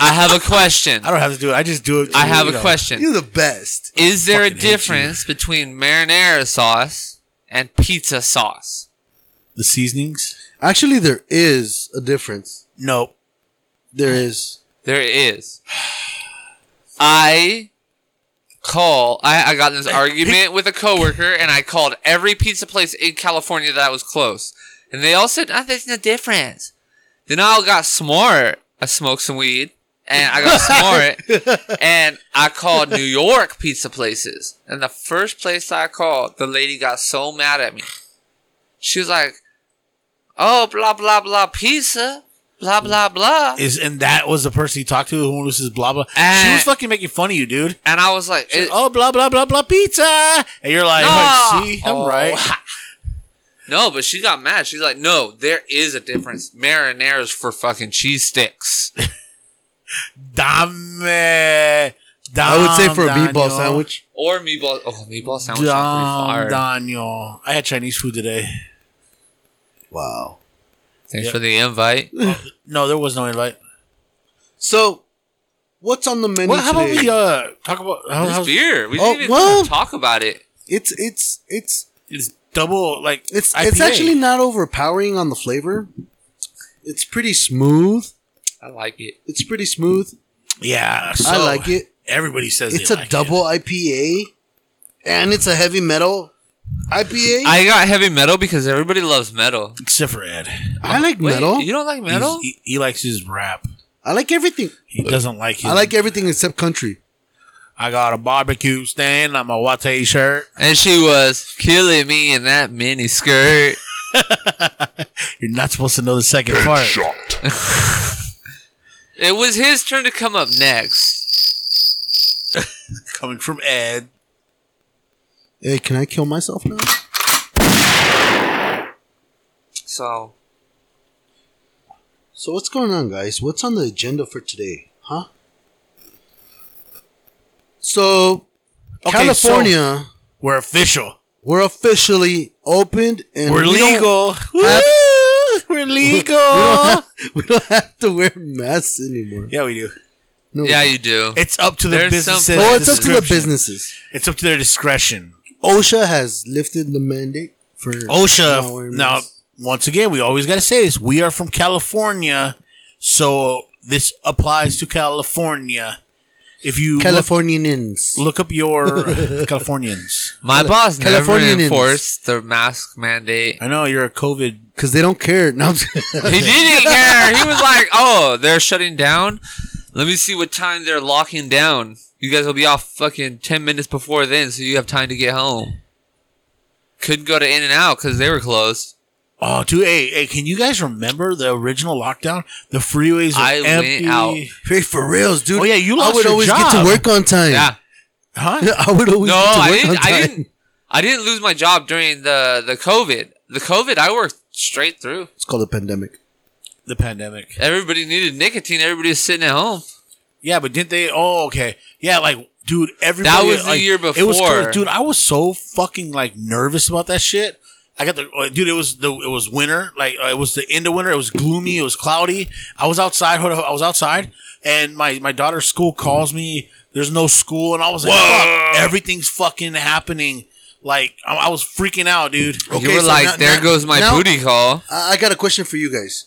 [SPEAKER 3] I have a question.
[SPEAKER 2] I don't have to do it. I just do it.
[SPEAKER 3] I have
[SPEAKER 2] you
[SPEAKER 3] a
[SPEAKER 2] know.
[SPEAKER 3] question.
[SPEAKER 1] You're the best.
[SPEAKER 3] Is there a
[SPEAKER 2] Fucking hate you.
[SPEAKER 3] difference between marinara sauce and pizza sauce?
[SPEAKER 2] The seasonings?
[SPEAKER 1] Actually, there is a difference.
[SPEAKER 2] No.
[SPEAKER 1] There is.
[SPEAKER 3] There is. I call. I, I got in this argument with a coworker, and I called every pizza place in California that was close, and they all said, "Ah, there's no difference." Then I got smart. I smoked some weed, and I got smart and I called New York pizza places. And the first place I called, the lady got so mad at me. She was like, "Oh, blah blah blah pizza, blah blah blah,"
[SPEAKER 2] Is and that was the person he talked to who was his blah blah. she
[SPEAKER 3] Uh,
[SPEAKER 2] was fucking making fun of you, dude.
[SPEAKER 3] and I was like, it-
[SPEAKER 2] oh blah blah blah blah pizza, and you're like,
[SPEAKER 3] No.
[SPEAKER 2] "See, I'm
[SPEAKER 3] Oh.
[SPEAKER 2] right."
[SPEAKER 3] No, but she got mad. She's like, no, there is a difference. Marinara's for fucking cheese sticks.
[SPEAKER 2] Dame,
[SPEAKER 1] I would say for a
[SPEAKER 2] Dame,
[SPEAKER 1] meatball
[SPEAKER 2] Daniel.
[SPEAKER 1] sandwich.
[SPEAKER 3] Or meatball. Oh, meatball sandwich. are pretty
[SPEAKER 2] Dame,
[SPEAKER 3] fire.
[SPEAKER 2] Daniel. I had Chinese food today.
[SPEAKER 1] Wow.
[SPEAKER 3] Thanks
[SPEAKER 2] Yep.
[SPEAKER 3] for the invite.
[SPEAKER 2] No, there was no invite.
[SPEAKER 1] So, what's on the menu
[SPEAKER 2] Well, how about
[SPEAKER 1] today?
[SPEAKER 2] we uh talk about how,
[SPEAKER 3] There's
[SPEAKER 2] how's,
[SPEAKER 3] beer. We
[SPEAKER 1] Oh,
[SPEAKER 3] didn't even
[SPEAKER 1] well.
[SPEAKER 3] talk about it.
[SPEAKER 1] it's it's it's
[SPEAKER 2] it's double like
[SPEAKER 1] it's it's
[SPEAKER 2] IPA.
[SPEAKER 1] actually not overpowering on the flavor. It's pretty smooth.
[SPEAKER 3] I like it.
[SPEAKER 1] It's pretty smooth.
[SPEAKER 2] yeah. So
[SPEAKER 1] I like it.
[SPEAKER 2] Everybody says
[SPEAKER 1] It's
[SPEAKER 2] they
[SPEAKER 1] a
[SPEAKER 2] like it.
[SPEAKER 1] double IPA, and it's a heavy metal IPA.
[SPEAKER 3] I got heavy metal because everybody loves metal.
[SPEAKER 2] except for Ed.
[SPEAKER 1] I like
[SPEAKER 3] Wait,
[SPEAKER 1] metal.
[SPEAKER 3] You don't like
[SPEAKER 2] He's-
[SPEAKER 3] metal?
[SPEAKER 2] He, he likes his rap.
[SPEAKER 1] I like everything.
[SPEAKER 2] He doesn't like his.
[SPEAKER 1] I like everything except country.
[SPEAKER 2] I got a barbecue stand on my Wate shirt.
[SPEAKER 3] and she was killing me in that mini skirt.
[SPEAKER 2] You're not supposed to know the second part.
[SPEAKER 3] It was his turn to come up next.
[SPEAKER 2] Coming from Ed.
[SPEAKER 1] Hey, can I kill myself now?
[SPEAKER 3] So
[SPEAKER 1] So what's going on, guys? What's on the agenda for today, huh? So
[SPEAKER 2] Okay, so
[SPEAKER 1] California,
[SPEAKER 2] we're official.
[SPEAKER 1] we're officially opened and
[SPEAKER 2] We're
[SPEAKER 1] we don't-
[SPEAKER 2] legal. Woo! we're legal.
[SPEAKER 1] We don't, have, we don't have to wear masks anymore.
[SPEAKER 2] yeah, we do.
[SPEAKER 1] No,
[SPEAKER 3] yeah, you do.
[SPEAKER 2] It's up to the
[SPEAKER 3] There's
[SPEAKER 2] businesses.
[SPEAKER 3] some-
[SPEAKER 1] well, Oh, it's up to the
[SPEAKER 2] discretion.
[SPEAKER 1] businesses.
[SPEAKER 2] It's up to their discretion.
[SPEAKER 1] OSHA has lifted the mandate for not
[SPEAKER 2] OSHA.
[SPEAKER 1] wearing
[SPEAKER 2] Now,
[SPEAKER 1] masks.
[SPEAKER 2] once again, we always got to say this. We are from California, so this applies to California. If you look,
[SPEAKER 1] Californians.
[SPEAKER 2] look up your Californians,
[SPEAKER 3] My boss never
[SPEAKER 1] Californian Indians.
[SPEAKER 3] enforced the mask mandate.
[SPEAKER 2] I know you're a COVID.
[SPEAKER 1] Because they don't care. No, I'm just-
[SPEAKER 3] He didn't care. He was like, "Oh, they're shutting down. Let me see what time they're locking down. You guys will be off fucking ten minutes before then, so you have time to get home." Couldn't go to In and Out because they were closed.
[SPEAKER 2] Oh, dude, hey, hey, can you guys remember the original lockdown? The freeways were
[SPEAKER 3] I went
[SPEAKER 2] empty.
[SPEAKER 3] out.
[SPEAKER 1] Hey, for reals, dude.
[SPEAKER 2] Oh, yeah, you
[SPEAKER 1] I
[SPEAKER 2] lost
[SPEAKER 1] would
[SPEAKER 2] your
[SPEAKER 1] always get
[SPEAKER 2] job.
[SPEAKER 1] to work on time.
[SPEAKER 3] Yeah.
[SPEAKER 2] Huh?
[SPEAKER 1] I would always
[SPEAKER 3] No,
[SPEAKER 1] get to work
[SPEAKER 3] I
[SPEAKER 1] on
[SPEAKER 3] didn't.
[SPEAKER 1] time.
[SPEAKER 3] I didn't. I didn't lose my job during the the COVID. The COVID, I worked straight through.
[SPEAKER 1] It's called a pandemic.
[SPEAKER 2] The pandemic.
[SPEAKER 3] Everybody needed nicotine. Everybody was sitting at home.
[SPEAKER 2] Yeah, but didn't they? Oh, okay. Yeah, like, dude, everybody.
[SPEAKER 3] was the
[SPEAKER 2] like,
[SPEAKER 3] year
[SPEAKER 2] It was
[SPEAKER 3] before.
[SPEAKER 2] crazy. dude. I was so fucking like nervous about that shit. I got the uh, dude. It was the it was winter. Like uh, it was the end of winter. It was gloomy. It was cloudy. I was outside. hold on, I was outside, and my my daughter's school calls me. There's no school, and I was like, fuck, everything's fucking happening. Like I, I was freaking out, dude.
[SPEAKER 1] Okay,
[SPEAKER 3] you were
[SPEAKER 1] so
[SPEAKER 3] like,
[SPEAKER 1] now-
[SPEAKER 3] "There
[SPEAKER 1] now-
[SPEAKER 3] goes my
[SPEAKER 1] now-
[SPEAKER 3] booty call."
[SPEAKER 1] I I got a question for you guys.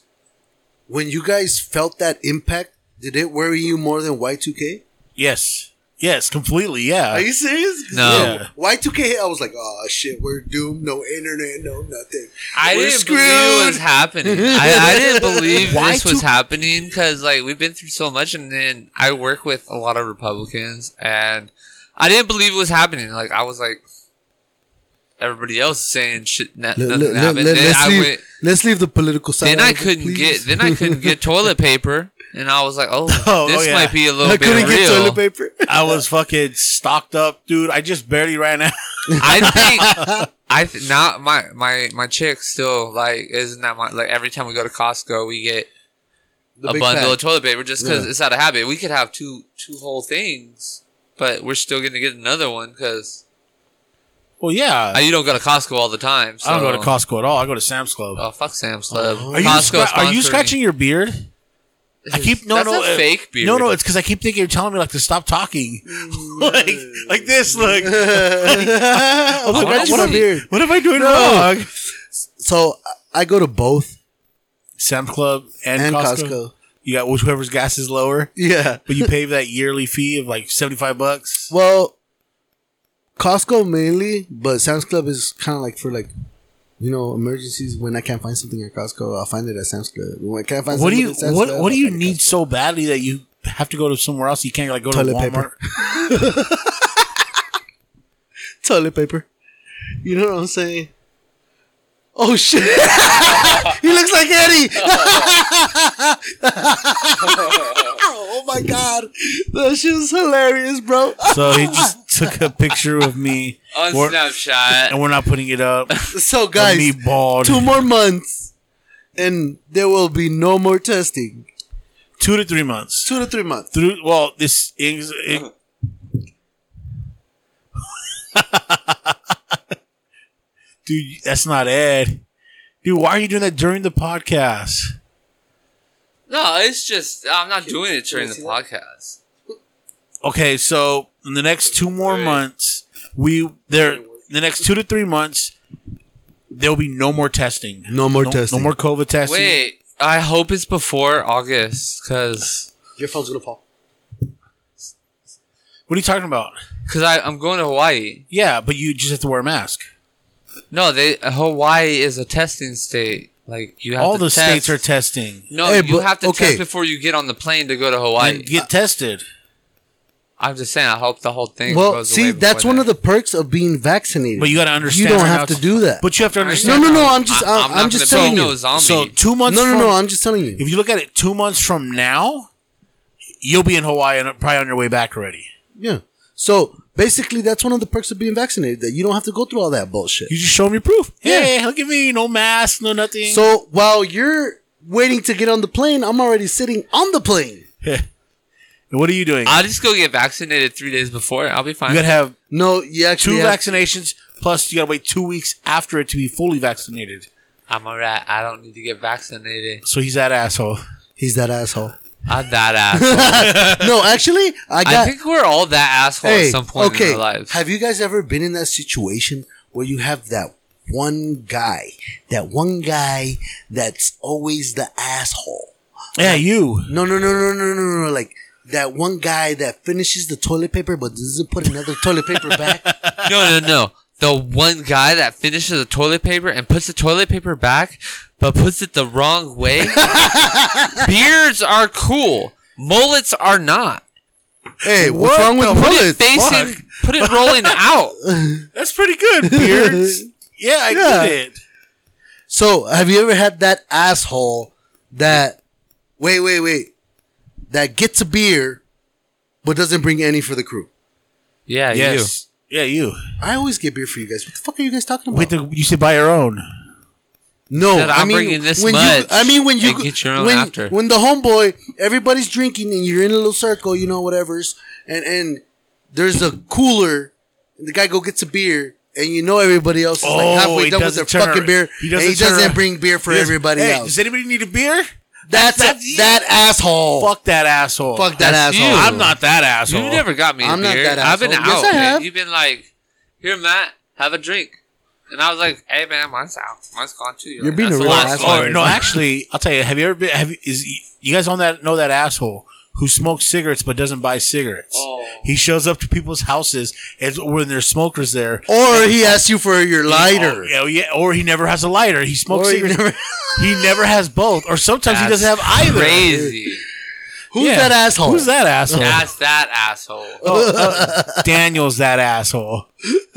[SPEAKER 1] When you guys felt that impact, did it worry you more than Y2K?
[SPEAKER 2] Yes, yes, completely. Yeah.
[SPEAKER 1] Are you serious?
[SPEAKER 3] No.
[SPEAKER 2] Yeah.
[SPEAKER 1] Y2K, I was like, oh shit, we're doomed. No internet, no nothing.
[SPEAKER 3] I
[SPEAKER 1] We're
[SPEAKER 3] didn't believe it was happening. I, I didn't believe
[SPEAKER 2] Why
[SPEAKER 3] this was
[SPEAKER 2] to-
[SPEAKER 3] happening because like we've been through so much, and then I work with a lot of Republicans, and I didn't believe it was happening. Like I was like, everybody else is saying shit, na-
[SPEAKER 1] Let,
[SPEAKER 3] nothing
[SPEAKER 1] let- let-
[SPEAKER 3] happened.
[SPEAKER 1] let-
[SPEAKER 3] then
[SPEAKER 1] let's,
[SPEAKER 3] I
[SPEAKER 1] leave,
[SPEAKER 3] went,
[SPEAKER 1] let's leave the political side.
[SPEAKER 3] then
[SPEAKER 1] out
[SPEAKER 3] I
[SPEAKER 1] of it,
[SPEAKER 3] couldn't
[SPEAKER 1] please.
[SPEAKER 3] get, then I couldn't get toilet paper, and I was like, oh,
[SPEAKER 2] Oh,
[SPEAKER 3] this
[SPEAKER 2] yeah.
[SPEAKER 3] might be a little
[SPEAKER 1] I
[SPEAKER 3] bit
[SPEAKER 1] couldn't
[SPEAKER 3] real.
[SPEAKER 1] get toilet paper.
[SPEAKER 2] I was fucking stocked up, dude. I just barely ran out.
[SPEAKER 3] I think I th- now my my my chick still like isn't that my like every time we go to Costco we get
[SPEAKER 1] The
[SPEAKER 3] a
[SPEAKER 1] big
[SPEAKER 3] bundle
[SPEAKER 1] pack.
[SPEAKER 3] of toilet paper just because
[SPEAKER 1] Yeah.
[SPEAKER 3] it's out of habit. We could have two two whole things, but we're still going to get another one because
[SPEAKER 2] Well, yeah.
[SPEAKER 3] you don't go to Costco all the time. So.
[SPEAKER 2] I don't go to Costco at all. I go to Sam's Club.
[SPEAKER 3] Oh fuck, Sam's Club.
[SPEAKER 2] Are you,
[SPEAKER 3] Costco
[SPEAKER 2] scra- are you
[SPEAKER 3] sponsored
[SPEAKER 2] scratching
[SPEAKER 3] me.
[SPEAKER 2] your beard? I keep no
[SPEAKER 3] That's
[SPEAKER 2] no
[SPEAKER 3] a
[SPEAKER 2] uh,
[SPEAKER 3] fake beard.
[SPEAKER 2] No no, it's because I keep thinking you're telling me like to stop talking, like like this. Look,
[SPEAKER 1] Oh,
[SPEAKER 2] I'm like,
[SPEAKER 3] Why
[SPEAKER 2] what,
[SPEAKER 3] is
[SPEAKER 2] am-
[SPEAKER 3] it-
[SPEAKER 1] beard?
[SPEAKER 2] what am I doing
[SPEAKER 1] No.
[SPEAKER 2] wrong?
[SPEAKER 1] So I- I go to both
[SPEAKER 2] Sam's Club and,
[SPEAKER 1] and
[SPEAKER 2] Costco.
[SPEAKER 1] Costco.
[SPEAKER 2] You got whoever's gas is lower,
[SPEAKER 1] Yeah.
[SPEAKER 2] but you pay that yearly fee of like seventy five bucks.
[SPEAKER 1] Well, Costco mainly, but Sam's Club is kind of like for like, you know, emergencies. When I can't find something at Costco, I'll find it at Sam's Club. When I can't find
[SPEAKER 2] What do
[SPEAKER 1] something
[SPEAKER 2] you
[SPEAKER 1] at Sam's
[SPEAKER 2] what
[SPEAKER 1] Club,
[SPEAKER 2] what do
[SPEAKER 1] I'll
[SPEAKER 2] you
[SPEAKER 1] find it at
[SPEAKER 2] need
[SPEAKER 1] Costco.
[SPEAKER 2] so badly that you have to go to somewhere else. You can't like go
[SPEAKER 1] Toilet
[SPEAKER 2] to Walmart.
[SPEAKER 1] paper. toilet paper. You know what I'm saying? Oh shit! he looks like Eddie. oh my god, that shit was hilarious, bro.
[SPEAKER 2] So he just took a picture of me,
[SPEAKER 3] on
[SPEAKER 2] We're-
[SPEAKER 3] Snapchat.
[SPEAKER 2] and we're not putting it up. of
[SPEAKER 1] So guys,
[SPEAKER 2] me bald.
[SPEAKER 1] two more months, and there will be no more testing.
[SPEAKER 2] two to three months.
[SPEAKER 1] Two to three months.
[SPEAKER 2] Through well, this is it, dude. That's not Ed. Dude, why are you doing that during the podcast?
[SPEAKER 3] No, it's just I'm not doing it during the podcast.
[SPEAKER 2] Okay, so in the next two more
[SPEAKER 3] Alright.
[SPEAKER 2] months, we there the next two to three months, there'll be no more testing.
[SPEAKER 1] No more
[SPEAKER 2] No
[SPEAKER 1] testing.
[SPEAKER 2] more COVID testing.
[SPEAKER 3] Wait, I hope it's before August, cause
[SPEAKER 1] Your phone's gonna fall.
[SPEAKER 2] What are you talking about?
[SPEAKER 3] cause I I'm going to Hawaii.
[SPEAKER 2] Yeah, but you just have to wear a mask.
[SPEAKER 3] No, they Hawaii is a testing state. Like you have
[SPEAKER 2] All
[SPEAKER 3] to
[SPEAKER 2] the
[SPEAKER 3] test.
[SPEAKER 2] states are testing.
[SPEAKER 3] No,
[SPEAKER 1] Hey,
[SPEAKER 3] you
[SPEAKER 1] but-
[SPEAKER 3] have to
[SPEAKER 1] okay.
[SPEAKER 3] test before you get on the plane to go to Hawaii.
[SPEAKER 2] And get tested.
[SPEAKER 3] I'm just saying, I hope the whole thing.
[SPEAKER 1] Well,
[SPEAKER 3] goes
[SPEAKER 1] see,
[SPEAKER 3] away
[SPEAKER 1] that's
[SPEAKER 3] before
[SPEAKER 1] one
[SPEAKER 3] that.
[SPEAKER 1] of the perks of being vaccinated.
[SPEAKER 2] But you gotta understand.
[SPEAKER 1] You don't
[SPEAKER 2] right
[SPEAKER 1] have
[SPEAKER 2] now
[SPEAKER 1] to
[SPEAKER 2] it's-
[SPEAKER 1] do that.
[SPEAKER 2] But you have to
[SPEAKER 1] no,
[SPEAKER 2] understand.
[SPEAKER 1] no, no. I'm just,
[SPEAKER 3] I-
[SPEAKER 1] I'm, I'm,
[SPEAKER 3] not
[SPEAKER 1] just
[SPEAKER 3] gonna
[SPEAKER 1] telling
[SPEAKER 3] be
[SPEAKER 1] you.
[SPEAKER 3] No zombie.
[SPEAKER 2] So two
[SPEAKER 1] No,
[SPEAKER 2] months.
[SPEAKER 1] no, no.
[SPEAKER 2] from-
[SPEAKER 1] I'm just telling you.
[SPEAKER 2] If you look at it, two months from now, you'll be in Hawaii and probably on your way back already.
[SPEAKER 1] Yeah. So basically, that's one of the perks of being vaccinated that you don't have to go through all that bullshit.
[SPEAKER 2] You just show them your proof.
[SPEAKER 1] Yeah.
[SPEAKER 2] Hey, look at me. No mask. No nothing.
[SPEAKER 1] So while you're waiting to get on the plane, I'm already sitting on the plane.
[SPEAKER 2] what are you doing?
[SPEAKER 3] I'll just go get vaccinated three days before. I'll be fine.
[SPEAKER 2] you gotta have
[SPEAKER 1] No, you
[SPEAKER 2] two
[SPEAKER 1] actually have-
[SPEAKER 2] vaccinations plus you gotta wait two weeks after it to be fully vaccinated
[SPEAKER 3] I'm alright. I don't need to get vaccinated.
[SPEAKER 2] so he's that asshole
[SPEAKER 1] He's that asshole.
[SPEAKER 3] I'm that asshole.
[SPEAKER 1] no, actually, I got.
[SPEAKER 3] I think we're all that asshole at some point in our lives.
[SPEAKER 1] Have you guys ever been in that situation where you have that one guy, that one guy that's always the asshole?
[SPEAKER 2] yeah you
[SPEAKER 1] No, no, no, no, no, no, no. Like that one guy that finishes the toilet paper but doesn't put another toilet paper back.
[SPEAKER 3] no, no, no. The one guy that finishes the toilet paper and puts the toilet paper back, but puts it the wrong way. Beards are cool. Mullets are not.
[SPEAKER 1] Hey,
[SPEAKER 2] What the
[SPEAKER 3] Put
[SPEAKER 1] bullets?
[SPEAKER 3] it facing,
[SPEAKER 2] fuck.
[SPEAKER 3] put it rolling out.
[SPEAKER 2] that's pretty good beards yeah i
[SPEAKER 1] Yeah.
[SPEAKER 2] get it
[SPEAKER 1] So, have you ever had that asshole that wait, wait, wait, that gets a beer but doesn't bring any for the crew?
[SPEAKER 3] Yeah, you.
[SPEAKER 2] yes yeah you
[SPEAKER 1] I always get beer for you guys. What the fuck are you guys talking about?
[SPEAKER 2] wait the, you should buy your own
[SPEAKER 1] no,
[SPEAKER 3] Said,
[SPEAKER 1] I
[SPEAKER 3] "I'm
[SPEAKER 1] mean
[SPEAKER 3] bringing this
[SPEAKER 1] when you,
[SPEAKER 3] much
[SPEAKER 1] I mean when you
[SPEAKER 3] and get your own
[SPEAKER 1] when,
[SPEAKER 3] after."
[SPEAKER 1] when the homeboy everybody's drinking and you're in a little circle, you know, whatever's, and and there's a cooler, and the guy go gets a beer. And you know everybody else is
[SPEAKER 2] Oh,
[SPEAKER 1] like halfway
[SPEAKER 2] he
[SPEAKER 1] done with their
[SPEAKER 2] doesn't turn
[SPEAKER 1] fucking
[SPEAKER 2] ar-
[SPEAKER 1] beer,
[SPEAKER 2] he
[SPEAKER 1] and he
[SPEAKER 2] doesn't turn
[SPEAKER 1] doesn't
[SPEAKER 2] ar-
[SPEAKER 1] bring beer for
[SPEAKER 2] Yes.
[SPEAKER 1] everybody
[SPEAKER 2] Hey,
[SPEAKER 1] else.
[SPEAKER 2] does anybody need a beer
[SPEAKER 1] That's
[SPEAKER 2] That's you.
[SPEAKER 1] that asshole.
[SPEAKER 2] fuck that asshole
[SPEAKER 1] Fuck that
[SPEAKER 3] That's
[SPEAKER 1] asshole.
[SPEAKER 3] you.
[SPEAKER 2] i'm not that asshole
[SPEAKER 3] You never got me a
[SPEAKER 1] I'm not
[SPEAKER 3] beer.
[SPEAKER 1] that
[SPEAKER 3] I've been
[SPEAKER 1] asshole.
[SPEAKER 3] out.
[SPEAKER 1] Yes, I
[SPEAKER 3] man.
[SPEAKER 1] have.
[SPEAKER 3] You've been like, here, Matt, have a drink. And I was like, hey, man, mine's out. Mine's gone too. You're,
[SPEAKER 1] You're
[SPEAKER 3] like,
[SPEAKER 1] being
[SPEAKER 3] "That's
[SPEAKER 1] a
[SPEAKER 3] the
[SPEAKER 1] real
[SPEAKER 3] last
[SPEAKER 1] asshole.
[SPEAKER 3] one."
[SPEAKER 2] Or, no actually i'll tell you have you ever been have you, is you guys on that know that asshole who smokes cigarettes but doesn't buy cigarettes
[SPEAKER 3] Oh.
[SPEAKER 2] he shows up to people's houses and when there's smokers there
[SPEAKER 1] Or he asks you for your lighter.
[SPEAKER 2] Oh, yeah, yeah, or he never has a lighter. He smokes
[SPEAKER 1] Or he
[SPEAKER 2] cigarettes.
[SPEAKER 1] never-
[SPEAKER 2] he never has both, or sometimes he
[SPEAKER 3] That's
[SPEAKER 2] doesn't have either.
[SPEAKER 3] Crazy.
[SPEAKER 1] Who's
[SPEAKER 2] Yeah.
[SPEAKER 1] that asshole?
[SPEAKER 2] Who's that asshole?
[SPEAKER 3] That's that asshole.
[SPEAKER 2] Oh, uh, Daniel's that asshole.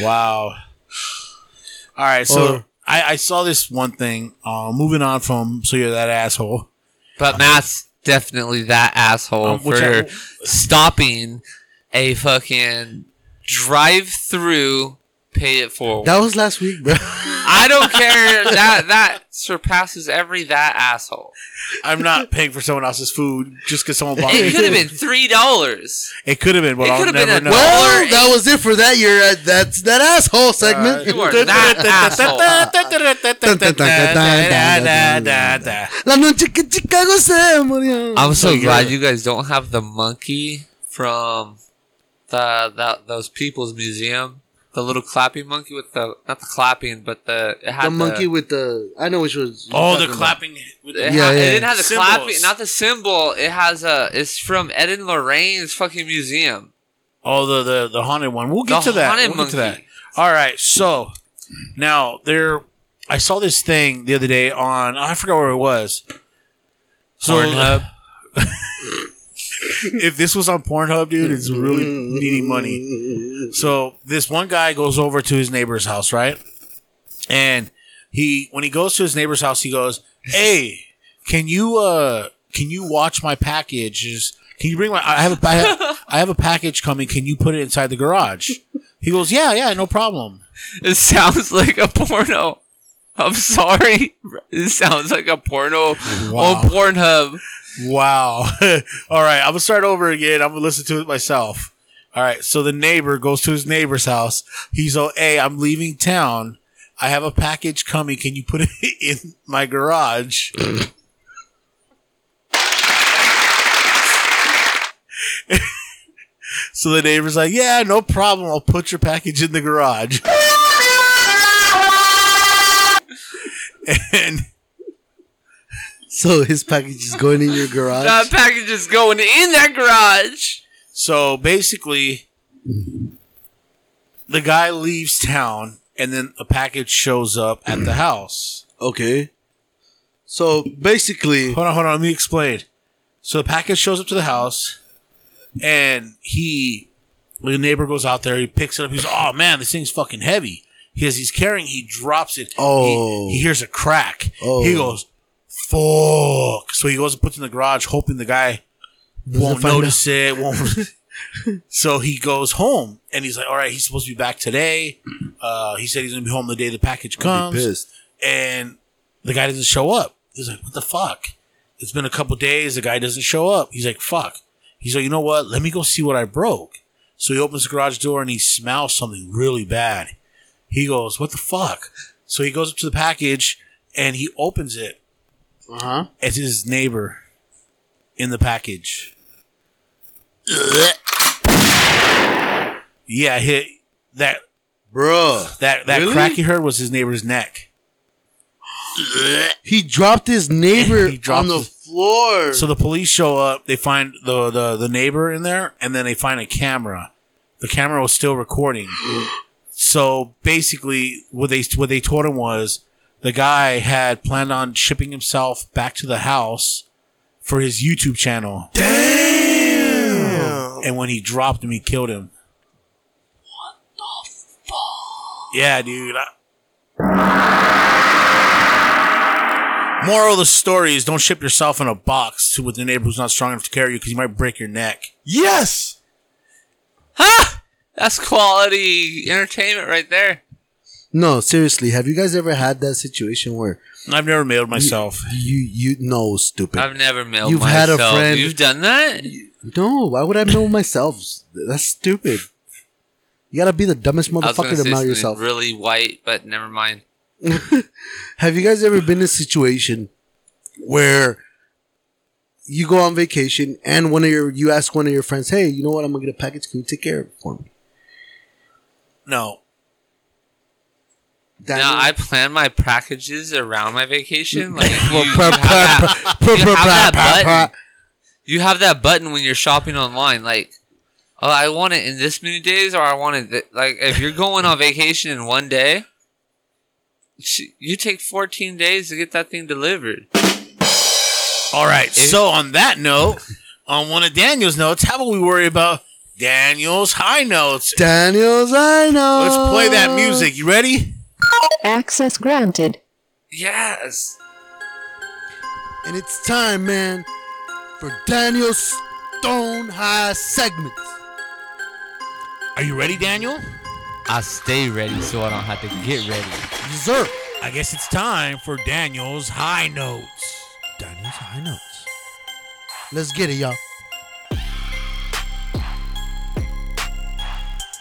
[SPEAKER 2] wow. All right, so
[SPEAKER 1] Or-
[SPEAKER 2] I, I saw this one thing. Uh, moving on from so you're that asshole.
[SPEAKER 3] But Matt's definitely that asshole
[SPEAKER 2] Um,
[SPEAKER 3] for
[SPEAKER 2] which I-
[SPEAKER 3] stopping a fucking drive through pay it forward.
[SPEAKER 1] That was last week, bro.
[SPEAKER 3] I don't care. that that surpasses every that asshole.
[SPEAKER 2] I'm not paying for someone else's food just because someone bought me.
[SPEAKER 3] It could have
[SPEAKER 2] food.
[SPEAKER 3] been three dollars.
[SPEAKER 2] It could have been. But
[SPEAKER 3] It
[SPEAKER 2] I'll
[SPEAKER 3] could have been
[SPEAKER 2] never know.
[SPEAKER 3] a- Well,
[SPEAKER 1] well, Oh, that was it for that year. Uh, That's that asshole segment.
[SPEAKER 3] You are that
[SPEAKER 1] La noche que Chicago se murió.
[SPEAKER 3] I'm so
[SPEAKER 2] So
[SPEAKER 3] glad
[SPEAKER 2] you're-
[SPEAKER 3] you guys don't have the monkey from the, the those people's museum. The little clapping monkey with the not the clapping, but the it had
[SPEAKER 1] the monkey with the I know which was.
[SPEAKER 2] Oh, the clapping. with
[SPEAKER 3] It,
[SPEAKER 2] the-
[SPEAKER 1] Yeah,
[SPEAKER 3] ha-
[SPEAKER 1] yeah.
[SPEAKER 3] it didn't have the
[SPEAKER 2] Symbols.
[SPEAKER 3] clapping, not the symbol. It has a. It's from Ed and Lorraine's fucking museum.
[SPEAKER 2] Oh, the the, the haunted one. We'll get
[SPEAKER 3] The
[SPEAKER 2] to that.
[SPEAKER 3] haunted
[SPEAKER 2] We'll get to that.
[SPEAKER 3] monkey.
[SPEAKER 2] All right. So now there, I saw this thing the other day on I forgot where it was. So
[SPEAKER 3] Pornhub.
[SPEAKER 2] if this was on Pornhub, dude, it's really needing money. So this one guy goes over to his neighbor's house, right? And he, when he goes to his neighbor's house, he goes, "Hey, can you, uh, can you watch my packages? Can you bring my? I have a, I have, I have a package coming. Can you put it inside the garage?" He goes, "Yeah, yeah, no problem."
[SPEAKER 3] It sounds like a porno. I'm sorry. It sounds like a porno
[SPEAKER 2] Wow.
[SPEAKER 3] on Pornhub.
[SPEAKER 2] Wow. All right, I'm gonna start over again. I'm gonna listen to it myself. All right. So the neighbor goes to his neighbor's house. He's all, "Hey, I'm leaving town. I have a package coming. Can you put it in my garage?" so the neighbor's like, "Yeah, no problem. I'll put your package in the garage." and
[SPEAKER 1] So his package is going in your garage.
[SPEAKER 3] That package is going in that garage.
[SPEAKER 2] So basically, the guy leaves town, and then a package shows up at the house.
[SPEAKER 1] Okay. So basically,
[SPEAKER 2] Hold on, hold on. Let me explain. So the package shows up to the house, and he, the neighbor goes out there. He picks it up. He's, oh man, this thing's fucking heavy. Because he's carrying, he drops it. He-
[SPEAKER 1] Oh.
[SPEAKER 2] he, hears a crack.
[SPEAKER 1] Oh.
[SPEAKER 2] He goes, fuck. So he goes and puts it in the garage, hoping the guy won't
[SPEAKER 1] find
[SPEAKER 2] notice it. Won't. so he goes home, and he's like, all right, he's supposed to be back today. Uh, he said he's gonna be home the day the package
[SPEAKER 1] I'm
[SPEAKER 2] comes
[SPEAKER 1] pissed.
[SPEAKER 2] and the guy doesn't show up. He's like, "What the fuck?" It's been a couple days. The guy doesn't show up. He's like, "Fuck." He's like, "You know what? Let me go see what I broke." So he opens the garage door and he smells something really bad. He goes, "What the fuck?" So he goes up to the package and he opens it.
[SPEAKER 1] Uh huh.
[SPEAKER 2] It's his neighbor in the package. yeah, hit that
[SPEAKER 1] Bruh.
[SPEAKER 2] that that
[SPEAKER 1] Really?
[SPEAKER 2] crack he heard was his neighbor's neck.
[SPEAKER 1] He dropped his neighbor
[SPEAKER 2] He dropped
[SPEAKER 1] on the
[SPEAKER 2] his-
[SPEAKER 1] floor.
[SPEAKER 2] So the police show up, they find the, the, the neighbor in there, and then they find a camera. The camera was still recording. so basically what they what they told him was the guy had planned on shipping himself back to the house for his YouTube channel. Damn. And when he dropped him, he killed him. What the fuck? Yeah, dude. I- Moral of the story is don't ship yourself in a box to with a neighbor who's not strong enough to carry you because you might break your neck.
[SPEAKER 1] yes.
[SPEAKER 3] That's quality entertainment right there.
[SPEAKER 1] No, seriously. Have you guys ever had that situation where
[SPEAKER 2] I've never mailed myself.
[SPEAKER 1] you you no stupid?
[SPEAKER 3] I've never mailed
[SPEAKER 1] You've had a
[SPEAKER 3] myself.
[SPEAKER 1] friend-
[SPEAKER 3] You've done that?
[SPEAKER 1] no. Why would I know myself? That's stupid. You gotta be the dumbest
[SPEAKER 3] I was gonna
[SPEAKER 1] motherfucker
[SPEAKER 3] say
[SPEAKER 1] to know
[SPEAKER 3] something
[SPEAKER 1] yourself.
[SPEAKER 3] really white, but never mind.
[SPEAKER 1] Have you guys ever been in a situation where you go on vacation and one of your you ask one of your friends, "Hey, you know what? I'm gonna get a package. Can you take care of it for me?"
[SPEAKER 2] No.
[SPEAKER 1] That
[SPEAKER 3] now I plan my packages around my vacation. Like you,
[SPEAKER 1] Pra-
[SPEAKER 3] have
[SPEAKER 1] pra-
[SPEAKER 3] that,
[SPEAKER 1] pra- pra-
[SPEAKER 3] you have
[SPEAKER 1] pra-
[SPEAKER 3] that
[SPEAKER 1] pra- pra-
[SPEAKER 3] button. you have that button when you're shopping online. Like, oh, I want it in this many days, or I want it. Th-. Like, if you're going on vacation in one day, sh- you take 14 days to get that thing delivered.
[SPEAKER 2] All right. so on that note, on one of Daniel's notes, how about we worry about Daniel's high notes?
[SPEAKER 1] Daniel's I know.
[SPEAKER 2] Let's play that music. You ready?
[SPEAKER 4] Access granted.
[SPEAKER 3] Yes.
[SPEAKER 1] And it's time, man, for Daniel's Stone High segment.
[SPEAKER 2] Are you ready, Daniel?
[SPEAKER 5] I stay ready so I don't have to get ready.
[SPEAKER 1] Dessert.
[SPEAKER 2] I guess it's time for Daniel's high notes.
[SPEAKER 1] Daniel's High Notes. Let's get it, y'all.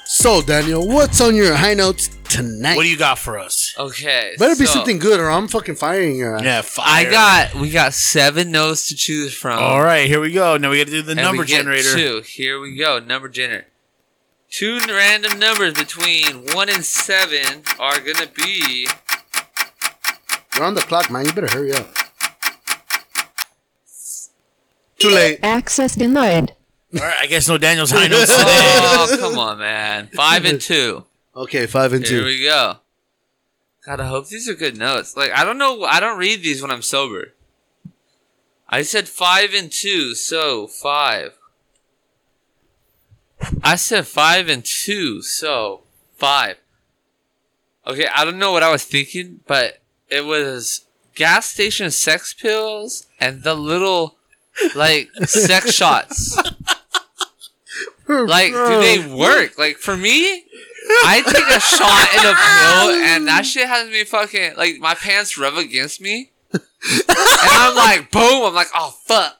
[SPEAKER 1] So, Daniel, what's on your high notes tonight?
[SPEAKER 2] What do you got for us?
[SPEAKER 3] Okay.
[SPEAKER 1] Better be
[SPEAKER 3] so
[SPEAKER 1] something good, or I'm fucking firing you.
[SPEAKER 2] Yeah, fire.
[SPEAKER 3] Uh, I got. We got seven notes to choose from.
[SPEAKER 2] All right, here we go. Now we got to do the
[SPEAKER 3] And
[SPEAKER 2] number
[SPEAKER 3] we get
[SPEAKER 2] generator.
[SPEAKER 3] Two. Here we go. Number generator. Two random numbers between one and seven are gonna be
[SPEAKER 1] You're on the clock, man. You better hurry up. Too late.
[SPEAKER 4] Access denied.
[SPEAKER 2] All right, I guess no Daniel's high notes today.
[SPEAKER 3] Oh, come on, man. Five and two.
[SPEAKER 1] Okay, five and
[SPEAKER 3] Here
[SPEAKER 1] two.
[SPEAKER 3] we go. God, I hope these are good notes. Like, I don't know. I don't read these when I'm sober. I said five and two, so five. I said five and two, so five. Okay, I don't know what I was thinking, but it was gas station sex pills and the little like sex shots. Like, do they work? Like for me, I take a shot in a pill and that shit has me fucking like my pants rub against me. And I'm like, boom. I'm like, oh, fuck.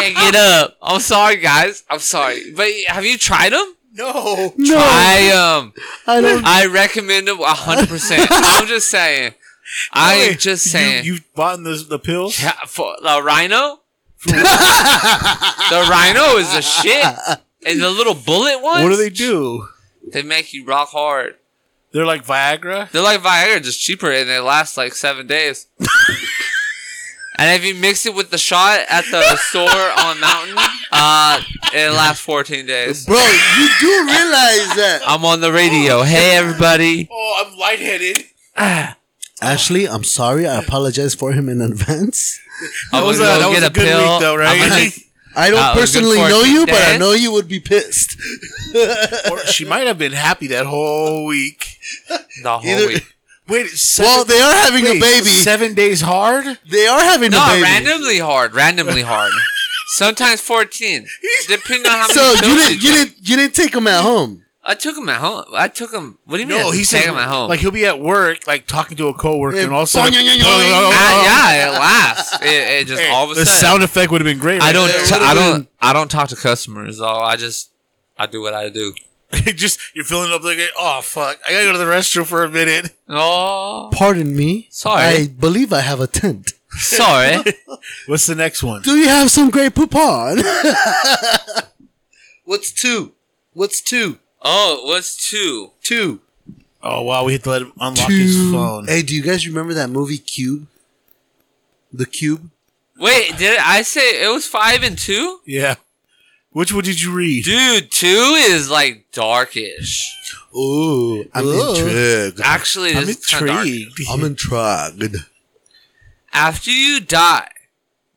[SPEAKER 3] Can't get up. I'm sorry, guys. I'm sorry. But have you tried them?
[SPEAKER 2] No.
[SPEAKER 1] No,
[SPEAKER 3] I um,
[SPEAKER 1] I don't.
[SPEAKER 3] I recommend them 100. percent I'm just saying. I'm just saying.
[SPEAKER 2] You, you bought the, the pills?
[SPEAKER 3] Yeah, for the rhino. the rhino is the shit. And the little bullet ones.
[SPEAKER 2] What do they do?
[SPEAKER 3] They make you rock hard.
[SPEAKER 2] They're like Viagra?
[SPEAKER 3] They're like Viagra, just cheaper, and they last like seven days. and if you mix it with the shot at the store on Mountain, uh, it lasts 14 days.
[SPEAKER 1] Bro, you do realize that.
[SPEAKER 3] I'm on the radio. Hey, everybody.
[SPEAKER 2] Oh, I'm lightheaded.
[SPEAKER 1] Ashley, I'm sorry. I apologize for him in advance.
[SPEAKER 3] I'm
[SPEAKER 2] That was a,
[SPEAKER 3] gonna
[SPEAKER 2] that
[SPEAKER 3] go
[SPEAKER 2] was
[SPEAKER 3] get
[SPEAKER 2] a
[SPEAKER 3] a
[SPEAKER 2] good
[SPEAKER 3] pill.
[SPEAKER 2] week, though,
[SPEAKER 3] I'm
[SPEAKER 2] right?
[SPEAKER 1] I don't
[SPEAKER 3] Uh, good
[SPEAKER 1] personally
[SPEAKER 3] for
[SPEAKER 1] know you, but I
[SPEAKER 3] Dan.
[SPEAKER 1] know you would be pissed.
[SPEAKER 2] or she might have been happy that whole week.
[SPEAKER 3] The whole
[SPEAKER 1] Either-
[SPEAKER 3] week.
[SPEAKER 2] Wait, seven,
[SPEAKER 1] Well, they are having a
[SPEAKER 2] wait,
[SPEAKER 1] baby.
[SPEAKER 2] Seven days hard?
[SPEAKER 1] They are having
[SPEAKER 3] No,
[SPEAKER 1] a baby.
[SPEAKER 3] randomly hard. Randomly hard. Sometimes 14, depending on how
[SPEAKER 1] So
[SPEAKER 3] many.
[SPEAKER 1] you
[SPEAKER 3] pills
[SPEAKER 1] didn't, you
[SPEAKER 3] took.
[SPEAKER 1] didn't, you didn't take him at home.
[SPEAKER 3] I took him at home. I took him. What do you mean?
[SPEAKER 2] No,
[SPEAKER 3] I
[SPEAKER 2] he
[SPEAKER 3] took
[SPEAKER 2] said
[SPEAKER 3] him at home.
[SPEAKER 2] like he'll be at work, like talking to a coworker,
[SPEAKER 1] Yeah.
[SPEAKER 2] and also
[SPEAKER 1] Boing, boing, boing.
[SPEAKER 3] Ah, yeah, it lasts. It, it just all of a
[SPEAKER 2] oh, the
[SPEAKER 3] sudden.
[SPEAKER 2] sound effect would have been great.
[SPEAKER 3] I don't.
[SPEAKER 1] Yeah, it
[SPEAKER 3] t-
[SPEAKER 1] would've
[SPEAKER 3] I don't. I don't talk to customers. Though I just. I do what I do.
[SPEAKER 2] don't. just you're filling up like, oh fuck, I gotta go to the restroom for a minute.
[SPEAKER 3] Oh,
[SPEAKER 1] Pardon me.
[SPEAKER 3] Sorry.
[SPEAKER 1] I believe I have a tent.
[SPEAKER 3] sorry.
[SPEAKER 2] What's the next one?
[SPEAKER 1] Do you have some great poupon? What's two? What's two?
[SPEAKER 3] oh, what's two?
[SPEAKER 1] Two.
[SPEAKER 2] Oh wow, we had to let him unlock his
[SPEAKER 1] Two.
[SPEAKER 2] phone.
[SPEAKER 1] Hey, do you guys remember that movie Cube? The Cube?
[SPEAKER 3] Wait, did I say it was five and two?
[SPEAKER 2] Yeah. Which one did you read?
[SPEAKER 3] Dude, two is like darkish.
[SPEAKER 1] Ooh, I'm
[SPEAKER 2] Ooh.
[SPEAKER 1] intrigued.
[SPEAKER 3] Actually,
[SPEAKER 2] I'm
[SPEAKER 3] it's kinda dark.
[SPEAKER 2] intrigued.
[SPEAKER 1] I'm intrigued.
[SPEAKER 3] After you die,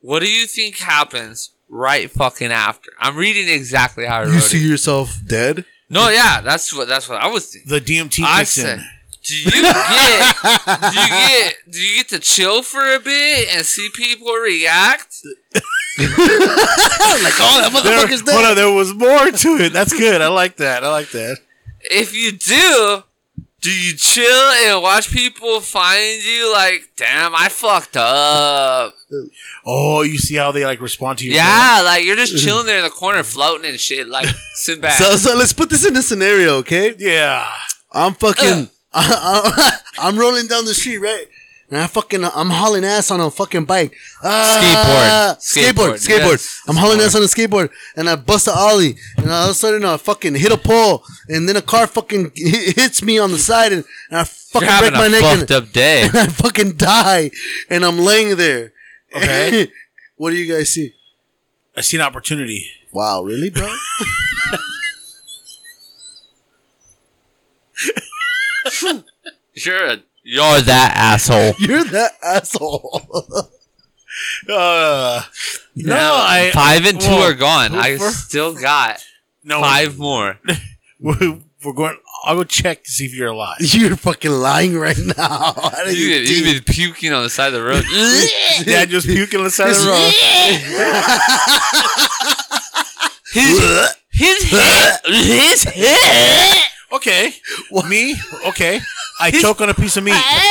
[SPEAKER 3] what do you think happens right fucking after? I'm reading exactly how I
[SPEAKER 1] You
[SPEAKER 3] wrote
[SPEAKER 1] see
[SPEAKER 3] it.
[SPEAKER 1] yourself dead?
[SPEAKER 3] No, yeah, that's what that's what I was thinking.
[SPEAKER 2] The DMT
[SPEAKER 3] I
[SPEAKER 2] kicks
[SPEAKER 3] said,
[SPEAKER 2] in.
[SPEAKER 3] do you get do you get do you get to chill for a bit and see people react?
[SPEAKER 1] Like, oh, that
[SPEAKER 2] There, hold on, there was more to it. That's good. I like that. I like that.
[SPEAKER 3] If you do, do you chill and watch people find you like, damn, I fucked up?
[SPEAKER 2] Oh, you see how they like respond to you?
[SPEAKER 3] Yeah, like you're just chilling there in the corner, floating and shit, like sit back.
[SPEAKER 1] So, so let's put this in a scenario, okay?
[SPEAKER 2] Yeah.
[SPEAKER 1] I'm fucking, I, am rolling down the street, right? And I fucking, I'm hauling ass on a fucking bike. Ah,
[SPEAKER 3] Skateboard.
[SPEAKER 1] skateboard,
[SPEAKER 3] Skateboard,
[SPEAKER 1] skateboard.
[SPEAKER 3] yes.
[SPEAKER 1] I'm hauling ass on a skateboard, and I bust an ollie, and all of a sudden I fucking hit a pole, and then a car fucking hi- hits me on the side, and, and I fucking break my neck, and,
[SPEAKER 3] up day.
[SPEAKER 1] and I fucking die, and I'm laying there.
[SPEAKER 2] Okay.
[SPEAKER 1] what do you guys see?
[SPEAKER 2] I see an opportunity.
[SPEAKER 1] Wow, really, bro?
[SPEAKER 3] You're a, you're that asshole.
[SPEAKER 1] You're that asshole.
[SPEAKER 2] Uh, no,
[SPEAKER 3] Now,
[SPEAKER 2] I
[SPEAKER 3] five and two
[SPEAKER 2] well,
[SPEAKER 3] are gone. I
[SPEAKER 2] for-
[SPEAKER 3] still got
[SPEAKER 2] no.
[SPEAKER 3] five more.
[SPEAKER 2] We're, we're going. I'll go check to see if you're alive.
[SPEAKER 1] You're fucking lying right now. How do you
[SPEAKER 3] You've
[SPEAKER 1] do
[SPEAKER 3] been puking on the side of the road.
[SPEAKER 2] Dad just puking on the side of the road.
[SPEAKER 3] his his head, his head.
[SPEAKER 2] Okay, me. Okay, I choke on a piece of meat.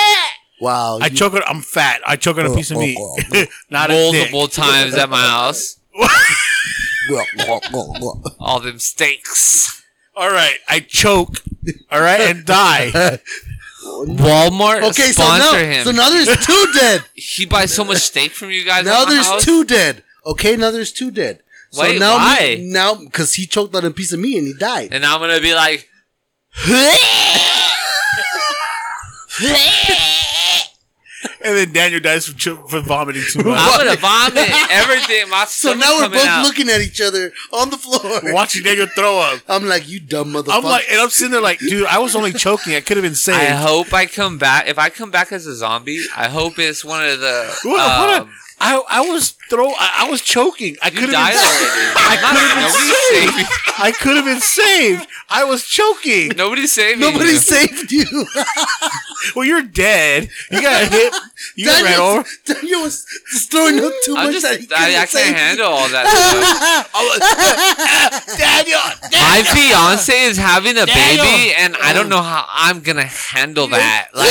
[SPEAKER 1] Wow.
[SPEAKER 2] I choke on. I'm fat. I choke on a piece of meat. Not a dick.
[SPEAKER 3] multiple times at my house.
[SPEAKER 1] you-
[SPEAKER 3] All them steaks.
[SPEAKER 2] All right, I choke. All right, and die.
[SPEAKER 3] Walmart
[SPEAKER 1] okay, so
[SPEAKER 3] sponsor
[SPEAKER 1] now,
[SPEAKER 3] him.
[SPEAKER 1] so now there's two dead.
[SPEAKER 3] he buys so much steak from you guys.
[SPEAKER 1] Now
[SPEAKER 3] at my
[SPEAKER 1] there's
[SPEAKER 3] house.
[SPEAKER 1] two dead. Okay, now there's two dead. So
[SPEAKER 3] Wait,
[SPEAKER 1] now,
[SPEAKER 3] why?
[SPEAKER 1] Now, because he choked on a piece of meat and he died.
[SPEAKER 3] and I'm gonna be like,
[SPEAKER 2] and then Daniel dies from ch- from vomiting too much.
[SPEAKER 3] I'm gonna vomit everything. My
[SPEAKER 1] So now we're both
[SPEAKER 3] out.
[SPEAKER 1] looking at each other on the floor.
[SPEAKER 2] Watching Daniel throw up.
[SPEAKER 1] I'm like, you dumb motherfucker.
[SPEAKER 2] I'm like, and I'm sitting there like, dude, I was only choking. I could have been saved.
[SPEAKER 3] I hope I come back. If I come back as a zombie, I hope it's one of the.
[SPEAKER 2] What, what a-
[SPEAKER 3] um,
[SPEAKER 2] I, I was throw. I, I was choking. I
[SPEAKER 3] you
[SPEAKER 2] could have
[SPEAKER 3] died
[SPEAKER 2] been.
[SPEAKER 3] already.
[SPEAKER 2] I could've been
[SPEAKER 3] Nobody saved you.
[SPEAKER 2] I could have been saved. I was choking.
[SPEAKER 3] Nobody saved you.
[SPEAKER 1] Nobody saved you.
[SPEAKER 2] Well, you're dead. You got hit. You got ran over.
[SPEAKER 1] Daniel, Daniel was just throwing up too
[SPEAKER 3] I'm
[SPEAKER 1] much
[SPEAKER 3] just.
[SPEAKER 1] that
[SPEAKER 3] I,
[SPEAKER 1] he couldn't
[SPEAKER 3] I
[SPEAKER 1] save
[SPEAKER 3] can't
[SPEAKER 1] you.
[SPEAKER 3] handle all that. stuff.
[SPEAKER 2] Daniel.
[SPEAKER 3] My fiance is having a
[SPEAKER 2] Daniel.
[SPEAKER 3] baby, and I don't know how I'm gonna handle that. Like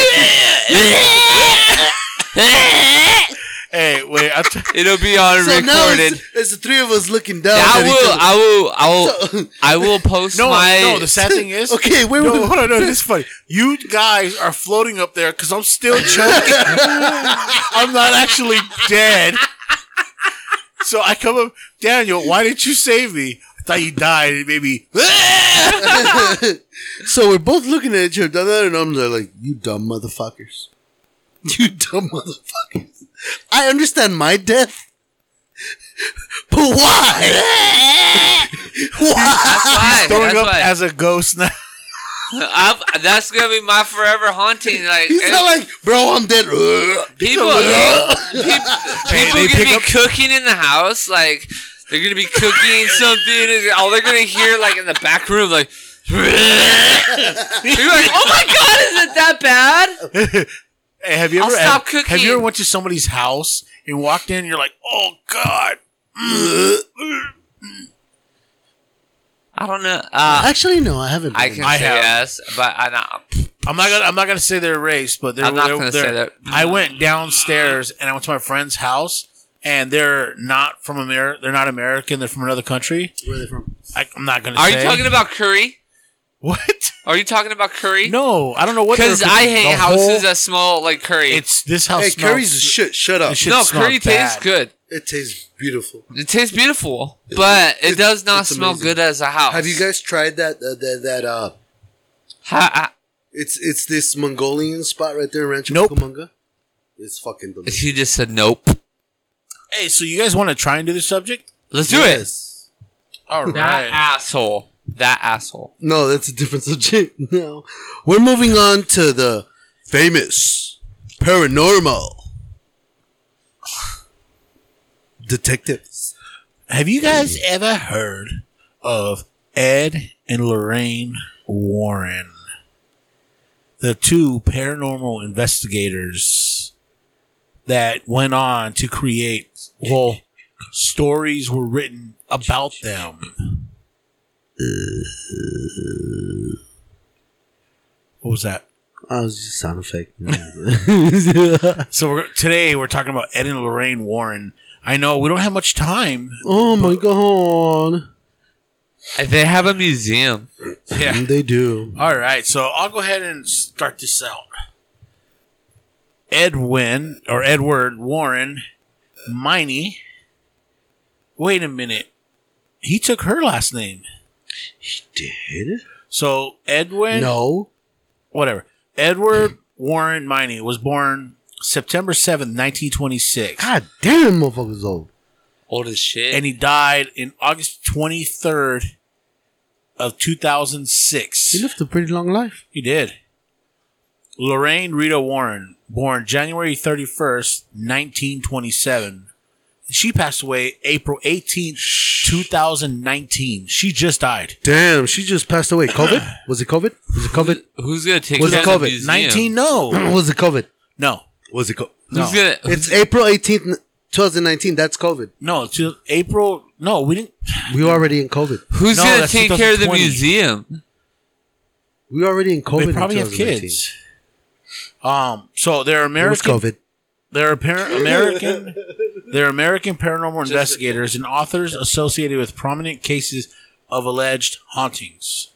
[SPEAKER 2] Hey, wait. I'm t-
[SPEAKER 3] it'll be on
[SPEAKER 1] So now
[SPEAKER 3] recorded.
[SPEAKER 1] it's, it's the three of us looking down.
[SPEAKER 3] I
[SPEAKER 1] at each
[SPEAKER 3] will.
[SPEAKER 1] other.
[SPEAKER 3] I will. I will. I will post
[SPEAKER 2] no,
[SPEAKER 3] my.
[SPEAKER 2] no. The sad thing is,
[SPEAKER 1] Okay, wait,
[SPEAKER 2] No,
[SPEAKER 1] wait,
[SPEAKER 2] hold on, no, this is funny. You guys are floating up there because I'm still choking. I'm not actually dead. So I come up, Daniel, why didn't you save me? I thought you died. It made me,
[SPEAKER 1] So we're both looking at each other, and I'm like, "You dumb motherfuckers! You dumb motherfuckers! I understand my death, but why? why?
[SPEAKER 3] Why?
[SPEAKER 2] throwing
[SPEAKER 3] That's
[SPEAKER 2] up
[SPEAKER 3] why.
[SPEAKER 2] as a ghost now.
[SPEAKER 3] I'm, that's gonna be my forever haunting. Like eh?
[SPEAKER 1] He's
[SPEAKER 3] and
[SPEAKER 1] not like, bro, I'm dead.
[SPEAKER 3] people, people, people
[SPEAKER 2] they
[SPEAKER 3] gonna
[SPEAKER 2] pick
[SPEAKER 3] be
[SPEAKER 2] up-
[SPEAKER 3] cooking in the house. Like they're gonna be cooking something. And all they're gonna hear like in the back room, like. You're like, oh my god, is it that bad?
[SPEAKER 2] Hey, have you
[SPEAKER 3] I'll
[SPEAKER 2] ever
[SPEAKER 3] stop
[SPEAKER 2] have, have
[SPEAKER 3] cooking.
[SPEAKER 2] you ever went to somebody's house and walked in and you're like, oh God.
[SPEAKER 3] I don't know. Uh,
[SPEAKER 1] Actually, no, I haven't.
[SPEAKER 3] I can
[SPEAKER 2] I
[SPEAKER 3] say
[SPEAKER 2] have.
[SPEAKER 3] yes, but I not.
[SPEAKER 2] I'm not gonna I'm not gonna say their race, but they're,
[SPEAKER 3] I'm not
[SPEAKER 2] they're-
[SPEAKER 3] gonna say
[SPEAKER 2] they're-
[SPEAKER 3] that.
[SPEAKER 2] I went downstairs and I went to my friend's house and they're not from America. They're not American. They're from another country.
[SPEAKER 1] Where are they from?
[SPEAKER 2] I, I'm not gonna.
[SPEAKER 3] Are you
[SPEAKER 2] say.
[SPEAKER 3] talking about curry?
[SPEAKER 2] what?
[SPEAKER 3] Are you talking about curry?
[SPEAKER 2] No, I don't know what. they were
[SPEAKER 3] because I
[SPEAKER 2] cooking.
[SPEAKER 3] hate
[SPEAKER 2] The
[SPEAKER 3] houses
[SPEAKER 2] whole-
[SPEAKER 3] that smell like curry.
[SPEAKER 2] it's this house.
[SPEAKER 1] Hey,
[SPEAKER 2] smells-
[SPEAKER 1] curry's a shit. Shut up.
[SPEAKER 2] this shit
[SPEAKER 3] no
[SPEAKER 2] smells
[SPEAKER 3] curry
[SPEAKER 2] bad.
[SPEAKER 3] tastes good.
[SPEAKER 1] It tastes beautiful.
[SPEAKER 3] It tastes beautiful, but it,
[SPEAKER 1] it's-
[SPEAKER 3] does not
[SPEAKER 1] it's
[SPEAKER 3] smell
[SPEAKER 1] amazing.
[SPEAKER 3] good as a house.
[SPEAKER 1] Have you guys tried that? Uh, that that uh,
[SPEAKER 3] Ha- ha-
[SPEAKER 1] it's it's this Mongolian spot right there, in Rancho
[SPEAKER 2] Nope.
[SPEAKER 1] Cucamonga. It's fucking delicious.
[SPEAKER 3] She just said nope.
[SPEAKER 2] Hey, so you guys want to try and do the subject?
[SPEAKER 3] Let's do
[SPEAKER 1] Yes.
[SPEAKER 2] All
[SPEAKER 3] it. That
[SPEAKER 2] right.
[SPEAKER 3] asshole. That asshole.
[SPEAKER 1] No, that's a different subject. No. We're moving on to the famous paranormal detectives.
[SPEAKER 2] Have you guys ever heard of Ed and Lorraine Warren, the two paranormal investigators that went on to create? Well, stories were written about them. What was that?
[SPEAKER 1] I was Oh, just sound effect.
[SPEAKER 2] So we're, today we're talking about Ed and Lorraine Warren. I know we don't have much time.
[SPEAKER 1] oh my god.
[SPEAKER 3] They have a museum.
[SPEAKER 2] Yeah.
[SPEAKER 1] They do.
[SPEAKER 2] All right, so I'll go ahead and start this out. Edwin or Edward Warren Miney. Wait a minute. He took her last name.
[SPEAKER 1] Did?
[SPEAKER 2] So Edwin
[SPEAKER 1] No.
[SPEAKER 2] whatever. Edward Warren Miney was born September 7th, 1926.
[SPEAKER 1] God damn, motherfuckers old.
[SPEAKER 3] Old as shit.
[SPEAKER 2] And he died in August 23rd of 2006.
[SPEAKER 1] He lived a pretty long life.
[SPEAKER 2] He did. Lorraine Rita Warren, born January 31st, 1927. She passed away April 18th, 2019. She just died.
[SPEAKER 1] Damn, she just passed away. COVID? Was it COVID? Was it COVID?
[SPEAKER 3] Who's gonna take
[SPEAKER 1] Was
[SPEAKER 3] care
[SPEAKER 1] it
[SPEAKER 3] of the
[SPEAKER 1] COVID?
[SPEAKER 3] museum?
[SPEAKER 2] 19? No.
[SPEAKER 1] was it COVID?
[SPEAKER 2] No.
[SPEAKER 1] Was it COVID?
[SPEAKER 3] Who's
[SPEAKER 2] No.
[SPEAKER 3] gonna?
[SPEAKER 1] It's April 18th, 2019. That's COVID.
[SPEAKER 2] No. To April. No, we didn't.
[SPEAKER 1] We were already in COVID.
[SPEAKER 3] Who's
[SPEAKER 2] No,
[SPEAKER 3] gonna
[SPEAKER 2] that's
[SPEAKER 3] take care of the
[SPEAKER 2] 2020.
[SPEAKER 3] museum?
[SPEAKER 1] We were already in COVID.
[SPEAKER 2] They probably
[SPEAKER 1] in
[SPEAKER 2] have
[SPEAKER 1] 2019.
[SPEAKER 2] kids. Um. So they're
[SPEAKER 1] It was
[SPEAKER 2] American.
[SPEAKER 1] COVID.
[SPEAKER 2] They're apparent American. they're American paranormal investigators and authors associated with prominent cases of alleged hauntings.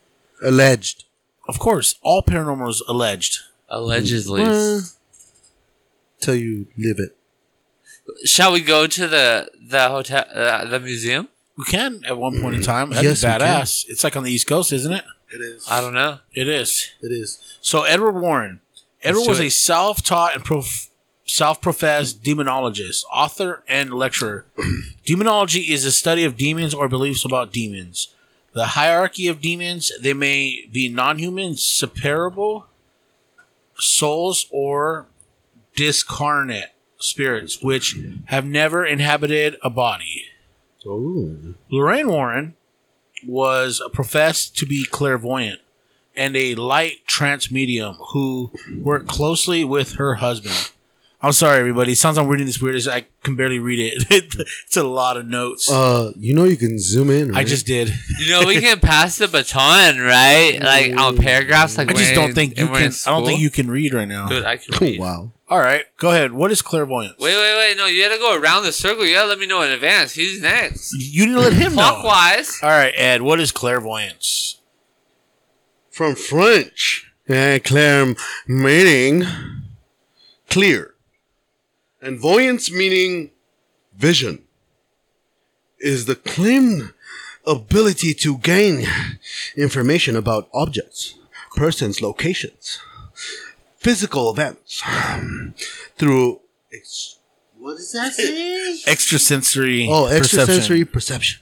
[SPEAKER 1] Alleged.
[SPEAKER 2] Of course, all paranormal is alleged.
[SPEAKER 3] Allegedly.
[SPEAKER 2] Mm.
[SPEAKER 1] Till you live it.
[SPEAKER 3] Shall we go to the the hotel uh, the museum?
[SPEAKER 2] We can at one point in time. That'd
[SPEAKER 1] Yes,
[SPEAKER 2] be
[SPEAKER 1] we can.
[SPEAKER 2] badass. It's like on the East Coast, isn't it?
[SPEAKER 1] It is.
[SPEAKER 3] I don't know.
[SPEAKER 2] It is.
[SPEAKER 1] It is.
[SPEAKER 2] So Edward Warren. Edward
[SPEAKER 3] do
[SPEAKER 2] was
[SPEAKER 3] it.
[SPEAKER 2] a self-taught and prof- self professed demonologist, author, and lecturer. Demonology is the study of demons or beliefs about demons. The hierarchy of demons, they may be non human, separable souls, or discarnate spirits, which have never inhabited a body.
[SPEAKER 1] Oh.
[SPEAKER 2] Lorraine Warren was professed to be clairvoyant and a light trance medium who worked closely with her husband. I'm sorry, everybody. Sounds like I'm reading this weird. as I can barely read it. it's a lot of notes.
[SPEAKER 1] Uh, you know you can zoom in.
[SPEAKER 2] I
[SPEAKER 1] right?
[SPEAKER 2] just did.
[SPEAKER 3] You know, we can pass the baton, right? Like on paragraphs. Like
[SPEAKER 2] I just
[SPEAKER 3] when-
[SPEAKER 2] don't think you
[SPEAKER 3] when we're in
[SPEAKER 2] can. I don't
[SPEAKER 3] school.
[SPEAKER 2] think you can read right now.
[SPEAKER 3] Dude, I can
[SPEAKER 1] Oh,
[SPEAKER 3] read.
[SPEAKER 1] wow.
[SPEAKER 2] All right, go ahead. What is clairvoyance?
[SPEAKER 3] Wait, wait, wait. No, you gotta go around the circle. You gotta let me know in advance. Who's next?
[SPEAKER 2] You didn't let him know. All
[SPEAKER 3] Clockwise.
[SPEAKER 2] right, Ed. What is clairvoyance?
[SPEAKER 1] From French, yeah, clair meaning clear, and voyance meaning vision. Is the claimed ability to gain information about objects, persons, locations, physical events um, through ex- what does that say?
[SPEAKER 2] Extrasensory.
[SPEAKER 1] Oh,
[SPEAKER 2] perception.
[SPEAKER 1] extrasensory perception.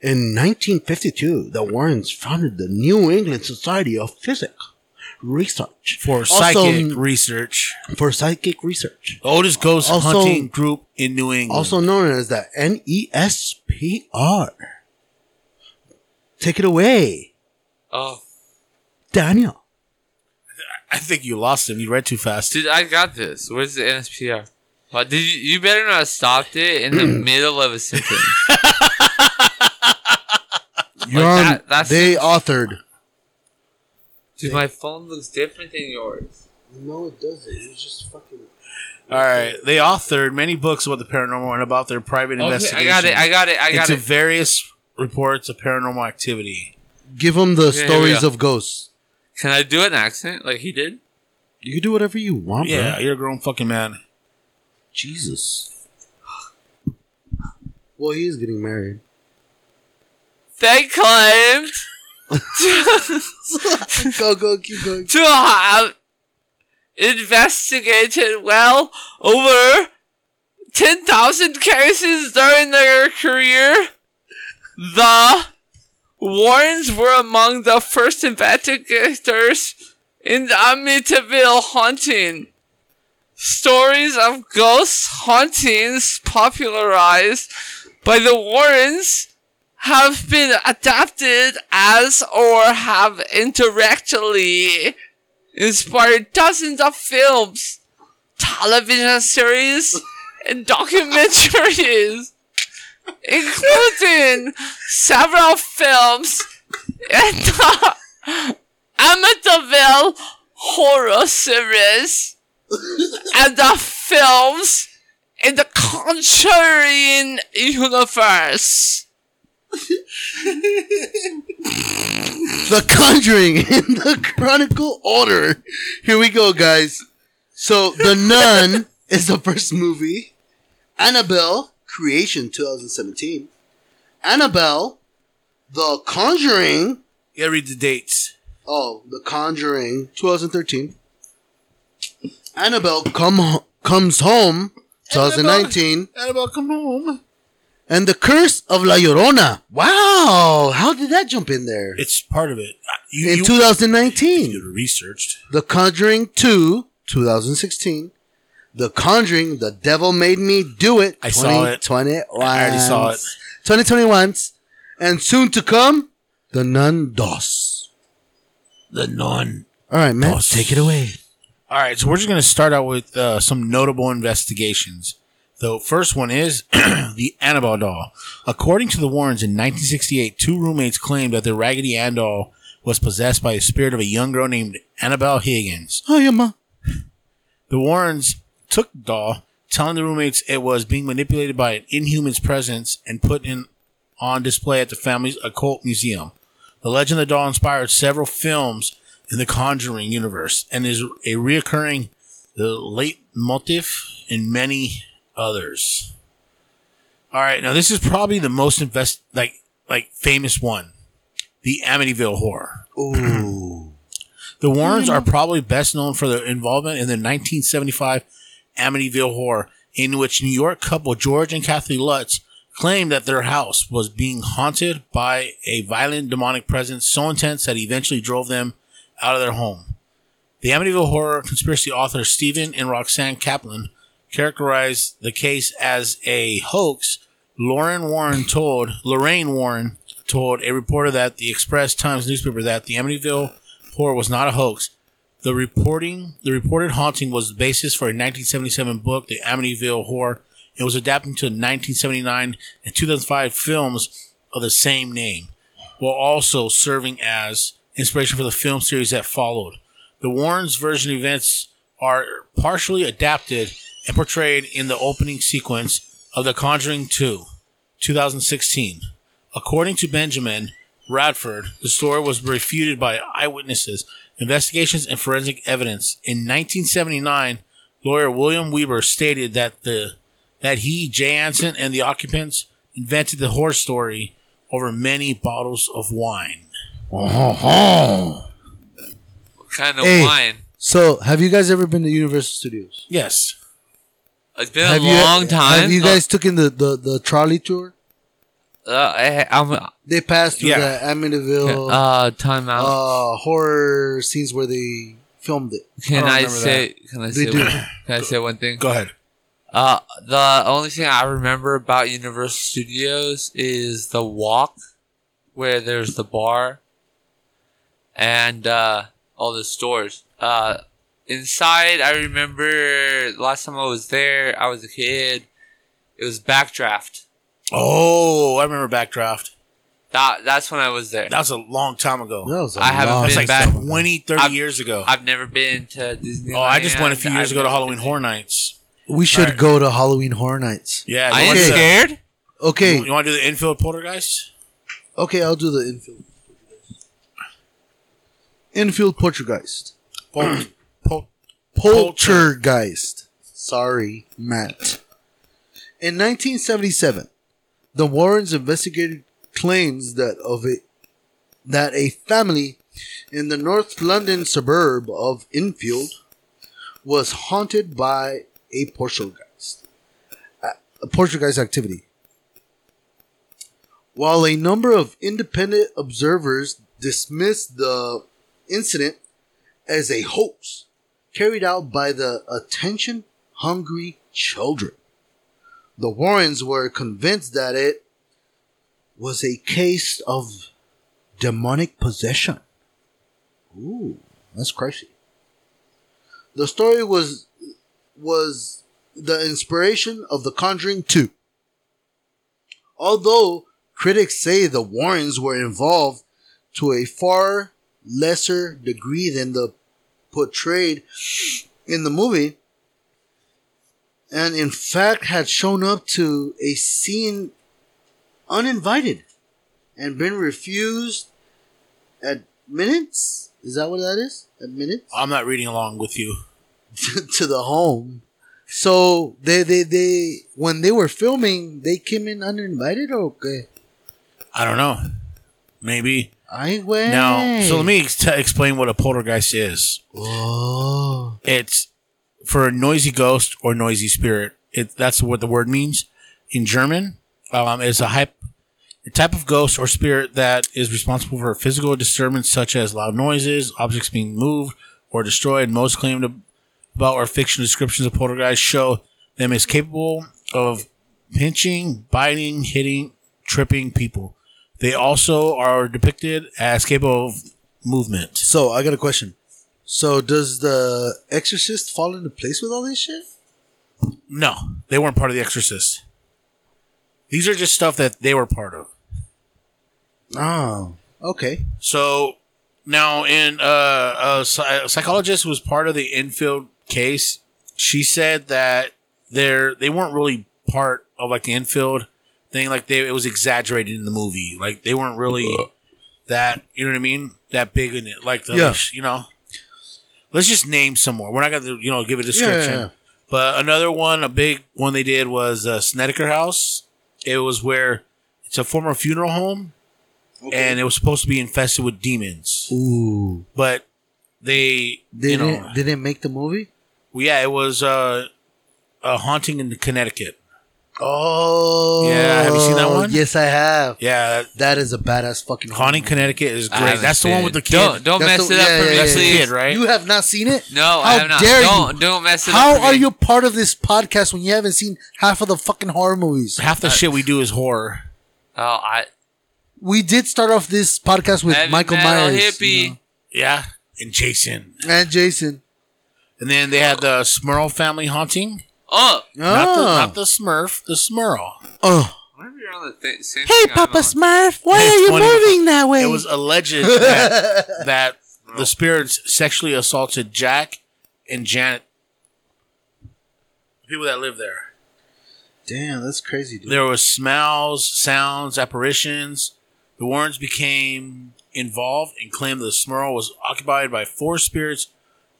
[SPEAKER 1] In 1952, the Warrens founded the New England Society of Physic Research
[SPEAKER 2] for
[SPEAKER 1] Also,
[SPEAKER 2] psychic research.
[SPEAKER 1] for psychic research,
[SPEAKER 2] Oldest ghost
[SPEAKER 1] Also-
[SPEAKER 2] hunting group in New England.
[SPEAKER 1] also known as the E NESPR. Take it away,
[SPEAKER 3] Oh,
[SPEAKER 1] Daniel.
[SPEAKER 2] I think you lost him. You read too fast.
[SPEAKER 3] dude, I got this. Where's the NSPR? What, did you, you better not have stopped it in the middle of a sentence.
[SPEAKER 1] Your
[SPEAKER 3] Like
[SPEAKER 1] Honor,
[SPEAKER 3] that- that's-
[SPEAKER 1] they authored.
[SPEAKER 3] Dude, my phone looks different than yours.
[SPEAKER 1] No, it doesn't. It's just fucking.
[SPEAKER 2] All right. They authored many books about the paranormal and about their private
[SPEAKER 3] Okay, I
[SPEAKER 2] investigations.
[SPEAKER 3] got it. I got it. I got
[SPEAKER 2] into
[SPEAKER 3] it.
[SPEAKER 2] various reports of paranormal activity.
[SPEAKER 1] Give them the
[SPEAKER 3] here we
[SPEAKER 1] stories
[SPEAKER 3] go.
[SPEAKER 1] of ghosts.
[SPEAKER 3] Can I do an accent like he did?
[SPEAKER 1] You can do whatever you want,
[SPEAKER 2] Yeah,
[SPEAKER 1] bro.
[SPEAKER 2] you're a grown fucking man.
[SPEAKER 1] Jesus. Well, he is getting married.
[SPEAKER 3] They claimed
[SPEAKER 1] go, go, keep going.
[SPEAKER 3] to have investigated well over 10,000 cases during their career. The Warrens were among the first investigators in the Amityville haunting. Stories of ghost hauntings popularized by the Warrens have been adapted as or have indirectly inspired dozens of films, television series, and documentaries, including several films in the Amityville horror series and the films in the Conjuring universe.
[SPEAKER 1] The Conjuring in the Chronicle Order. Here we go, guys. So, The Nun is the first movie. Annabelle, Creation 2017. Annabelle, The Conjuring.
[SPEAKER 2] You gotta read the dates.
[SPEAKER 1] Oh, The Conjuring 2013. Annabelle come Ho- comes home 2019.
[SPEAKER 2] Annabelle, come home.
[SPEAKER 1] And The Curse of La Llorona. Wow, how did that jump in there?
[SPEAKER 2] It's part of it. You,
[SPEAKER 1] In
[SPEAKER 2] you,
[SPEAKER 1] 2019.
[SPEAKER 2] you researched.
[SPEAKER 1] The Conjuring 2, 2016. The Conjuring, The Devil Made Me Do It.
[SPEAKER 2] I saw it.
[SPEAKER 1] 2021.
[SPEAKER 2] I already saw it.
[SPEAKER 1] 2021. And soon to come, The Nun Dos.
[SPEAKER 2] The nun.
[SPEAKER 1] All right, man.
[SPEAKER 2] Dos.
[SPEAKER 1] Take it away.
[SPEAKER 2] All right, so we're just going to start out with uh, some notable investigations. The first one is the Annabelle doll. According to the Warrens in 1968, two roommates claimed that the Raggedy Ann doll was possessed by the spirit of a young girl named Annabelle Higgins.
[SPEAKER 1] Oh, yeah, ma.
[SPEAKER 2] The Warrens took the doll, telling the roommates it was being manipulated by an inhuman's presence and put in on display at the family's occult museum. The legend of the doll inspired several films in the Conjuring universe and is a reoccurring late motif in many others. All right, now this is probably the most invest like like famous one, the Amityville horror.
[SPEAKER 1] Ooh.
[SPEAKER 2] The Warrens are probably best known for their involvement in the 1975 Amityville Horror, in which New York couple George and Kathy Lutz claimed that their house was being haunted by a violent demonic presence so intense that he eventually drove them out of their home. The Amityville Horror conspiracy authors Stephen and Roxanne Kaplan characterized the case as a hoax. Lauren Warren told Lorraine Warren told a reporter that the Express Times newspaper that the Amityville horror was not a hoax. The reporting, the reported haunting was the basis for a 1977 book, The Amityville Horror. It was adapted to 1979 and 2005 films of the same name, while also serving as inspiration for the film series that followed. The Warrens' version events are partially adapted and portrayed in the opening sequence of The Conjuring 2, 2016. According to Benjamin Radford, the story was refuted by eyewitnesses, investigations, and forensic evidence. In 1979, lawyer William Weber stated that the that he, Jay Anson, and the occupants invented the horror story over many bottles of wine.
[SPEAKER 3] Kind of
[SPEAKER 1] Hey.
[SPEAKER 3] wine.
[SPEAKER 1] So, have you guys ever been to Universal Studios?
[SPEAKER 2] Yes.
[SPEAKER 3] It's been
[SPEAKER 1] have
[SPEAKER 3] a long
[SPEAKER 1] you, e-,
[SPEAKER 3] time.
[SPEAKER 1] Have you guys took in the, the, the trolley tour?
[SPEAKER 3] Uh, I, I'm
[SPEAKER 1] They passed through
[SPEAKER 2] Yeah.
[SPEAKER 1] the Amityville
[SPEAKER 3] uh time out.
[SPEAKER 1] uh, horror scenes where they filmed it.
[SPEAKER 3] Can
[SPEAKER 2] I don't
[SPEAKER 3] I,
[SPEAKER 2] remember
[SPEAKER 3] say? Can I say?
[SPEAKER 1] do.
[SPEAKER 3] One, can I say one thing?
[SPEAKER 2] Go ahead.
[SPEAKER 3] Uh, the only thing I remember about Universal Studios is the walk, where there's the bar, and uh, all the stores. Uh, inside, I remember last time I was there, I was a kid. It was Backdraft.
[SPEAKER 2] Oh, I remember Backdraft.
[SPEAKER 3] That that's when I was there.
[SPEAKER 2] That was a long time ago.
[SPEAKER 1] That was a
[SPEAKER 3] I haven't
[SPEAKER 1] long
[SPEAKER 3] been
[SPEAKER 2] It's
[SPEAKER 1] time
[SPEAKER 2] like
[SPEAKER 3] back.
[SPEAKER 1] ago.
[SPEAKER 2] 20, 30
[SPEAKER 3] I've-
[SPEAKER 2] years ago.
[SPEAKER 3] I've never been to Disney.
[SPEAKER 2] oh, I just went a few years ago to Halloween Horror Nights.
[SPEAKER 1] We should
[SPEAKER 2] Alright.
[SPEAKER 1] go to Halloween Horror Nights.
[SPEAKER 2] Yeah. you
[SPEAKER 3] I am
[SPEAKER 2] wanna-
[SPEAKER 1] Okay.
[SPEAKER 3] scared.
[SPEAKER 1] Okay,
[SPEAKER 2] You want to do the infield poltergeist?
[SPEAKER 1] okay, I'll do the infield. Infield Poltergeist.
[SPEAKER 2] Pol- pol-
[SPEAKER 1] Poltergeist. Sorry, Matt. In 1977, the Warrens investigated claims that of a that a family in the North London suburb of Enfield was haunted by a poltergeist. A poltergeist activity. While a number of independent observers dismissed the incident as a hoax carried out by the attention hungry children. The Warrens were convinced that it was a case of demonic possession. Ooh, that's crazy. The story was was the inspiration of The Conjuring 2. Although critics say the Warrens were involved to a far lesser degree than the portrayed in the movie and in fact had shown up to a scene uninvited and been refused at minutes is that what that is at minutes
[SPEAKER 2] I'm not reading along with you.
[SPEAKER 1] to, to the home so they, they they when they were filming they came in uninvited or okay
[SPEAKER 2] I don't know. Maybe.
[SPEAKER 1] i went
[SPEAKER 2] Now, so let me ex- t- explain what a poltergeist is.
[SPEAKER 1] oh
[SPEAKER 2] It's for a noisy ghost or noisy spirit. It, that's what the word means in German. Um, it's a hype, a type of ghost or spirit that is responsible for physical disturbance such as loud noises, objects being moved or destroyed. Most claimed ab- about or fictional descriptions of poltergeists show them as capable of pinching, biting, hitting, tripping people. They also are depicted as capable of movement.
[SPEAKER 1] so i got a question so does the exorcist fall into place with all this shit
[SPEAKER 2] No, they weren't part of The Exorcist. These are just stuff that they were part of.
[SPEAKER 1] Oh, okay.
[SPEAKER 2] So now, in uh, a, psy- a psychologist who was part of the infield case, she said that they're they weren't really part of like the infield thing. Like they, it was exaggerated in the movie. Like they weren't really that. You know what I mean? That big in it. Like the,
[SPEAKER 1] Yeah.
[SPEAKER 2] you know. Let's just name some more. We're not gonna you know give a description.
[SPEAKER 1] yeah.
[SPEAKER 2] But another one, a big one they did was uh, Snedeker House. It was where it's a former funeral home and it was supposed to be infested with demons.
[SPEAKER 1] Ooh,
[SPEAKER 2] But they,
[SPEAKER 1] they
[SPEAKER 2] you
[SPEAKER 1] didn't
[SPEAKER 2] know,
[SPEAKER 1] they didn't make the movie.
[SPEAKER 2] well, yeah, it was uh, uh, Haunting in Connecticut.
[SPEAKER 1] Oh,
[SPEAKER 2] Yeah, have you seen that one?
[SPEAKER 1] Yes, I have.
[SPEAKER 2] Yeah, that-
[SPEAKER 1] That is a badass fucking
[SPEAKER 2] Haunting Connecticut is
[SPEAKER 5] I
[SPEAKER 2] great.
[SPEAKER 5] haven't
[SPEAKER 2] That's the
[SPEAKER 5] seen
[SPEAKER 2] one
[SPEAKER 5] it.
[SPEAKER 2] with the kid.
[SPEAKER 3] Don't don't
[SPEAKER 1] That's
[SPEAKER 3] mess
[SPEAKER 1] the-
[SPEAKER 3] it up
[SPEAKER 1] yeah,
[SPEAKER 3] for
[SPEAKER 1] yeah,
[SPEAKER 3] me,
[SPEAKER 1] yeah.
[SPEAKER 2] That's the
[SPEAKER 3] please.
[SPEAKER 2] kid, right?
[SPEAKER 1] You have not seen it?
[SPEAKER 3] No, I
[SPEAKER 1] How
[SPEAKER 3] have not.
[SPEAKER 1] dare you?
[SPEAKER 3] don't don't mess it up.
[SPEAKER 1] How
[SPEAKER 3] for
[SPEAKER 1] are
[SPEAKER 3] me.
[SPEAKER 1] you part of this podcast when you haven't seen half of the fucking horror movies?
[SPEAKER 2] Half the shit we do is horror.
[SPEAKER 3] Oh, I
[SPEAKER 1] We did start off this podcast with
[SPEAKER 3] heavy
[SPEAKER 1] Michael
[SPEAKER 3] metal
[SPEAKER 1] Myers
[SPEAKER 3] hippie.
[SPEAKER 1] you know,
[SPEAKER 2] Yeah, and Jason,
[SPEAKER 1] and Jason.
[SPEAKER 2] and then they had the Smurl family haunting.
[SPEAKER 3] Oh,
[SPEAKER 2] Not, the, not
[SPEAKER 1] Oh.
[SPEAKER 2] the Smurf, the Smurl.
[SPEAKER 1] Oh.
[SPEAKER 3] whatever you're on the thing. same
[SPEAKER 1] Hey,
[SPEAKER 3] thing I'm
[SPEAKER 1] Papa
[SPEAKER 3] on.
[SPEAKER 1] Smurf, why
[SPEAKER 2] Hey,
[SPEAKER 1] are you
[SPEAKER 2] funny.
[SPEAKER 1] moving that way?
[SPEAKER 2] It was alleged that, that the spirits sexually assaulted Jack and Janet, the people that live there.
[SPEAKER 1] Damn, that's crazy, dude.
[SPEAKER 2] There was smells, sounds, apparitions. The Warrens became involved and claimed the Smurl was occupied by four spirits,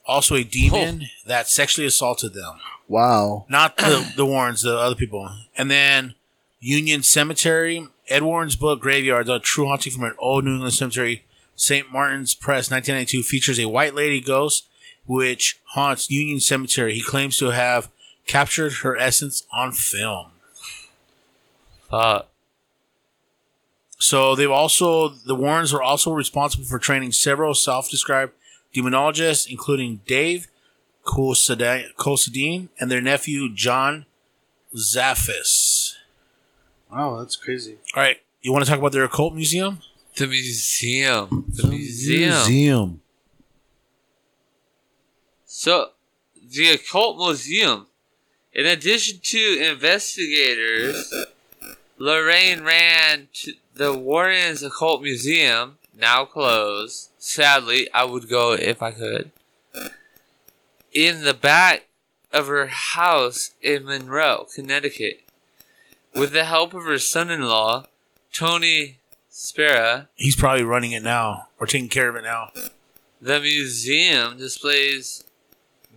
[SPEAKER 2] also a demon that sexually assaulted them.
[SPEAKER 1] Wow.
[SPEAKER 2] Not the, the Warrens, the other people. And then Union Cemetery, Ed Warren's book Graveyard, The True Haunting from an Old New England Cemetery, St. Martin's Press, 1992, features a white lady ghost which haunts Union Cemetery. He claims to have captured her essence on film.
[SPEAKER 3] Uh,
[SPEAKER 2] So they've also the Warrens were also responsible for training several self-described demonologists, including Dave Cosadine and their nephew John Zaffis.
[SPEAKER 1] Wow, that's crazy.
[SPEAKER 2] All right, you want to talk about their occult museum?
[SPEAKER 3] the museum. The museum.
[SPEAKER 1] Museum.
[SPEAKER 3] So, the occult museum. In addition to investigators, Lorraine ran to the Warrens Occult Museum, now closed. Sadly, I would go if I could. In the back of her house in Monroe, Connecticut, with the help of her son-in-law, Tony Spera,
[SPEAKER 2] He's probably running it now or taking care of it now.
[SPEAKER 3] The museum displays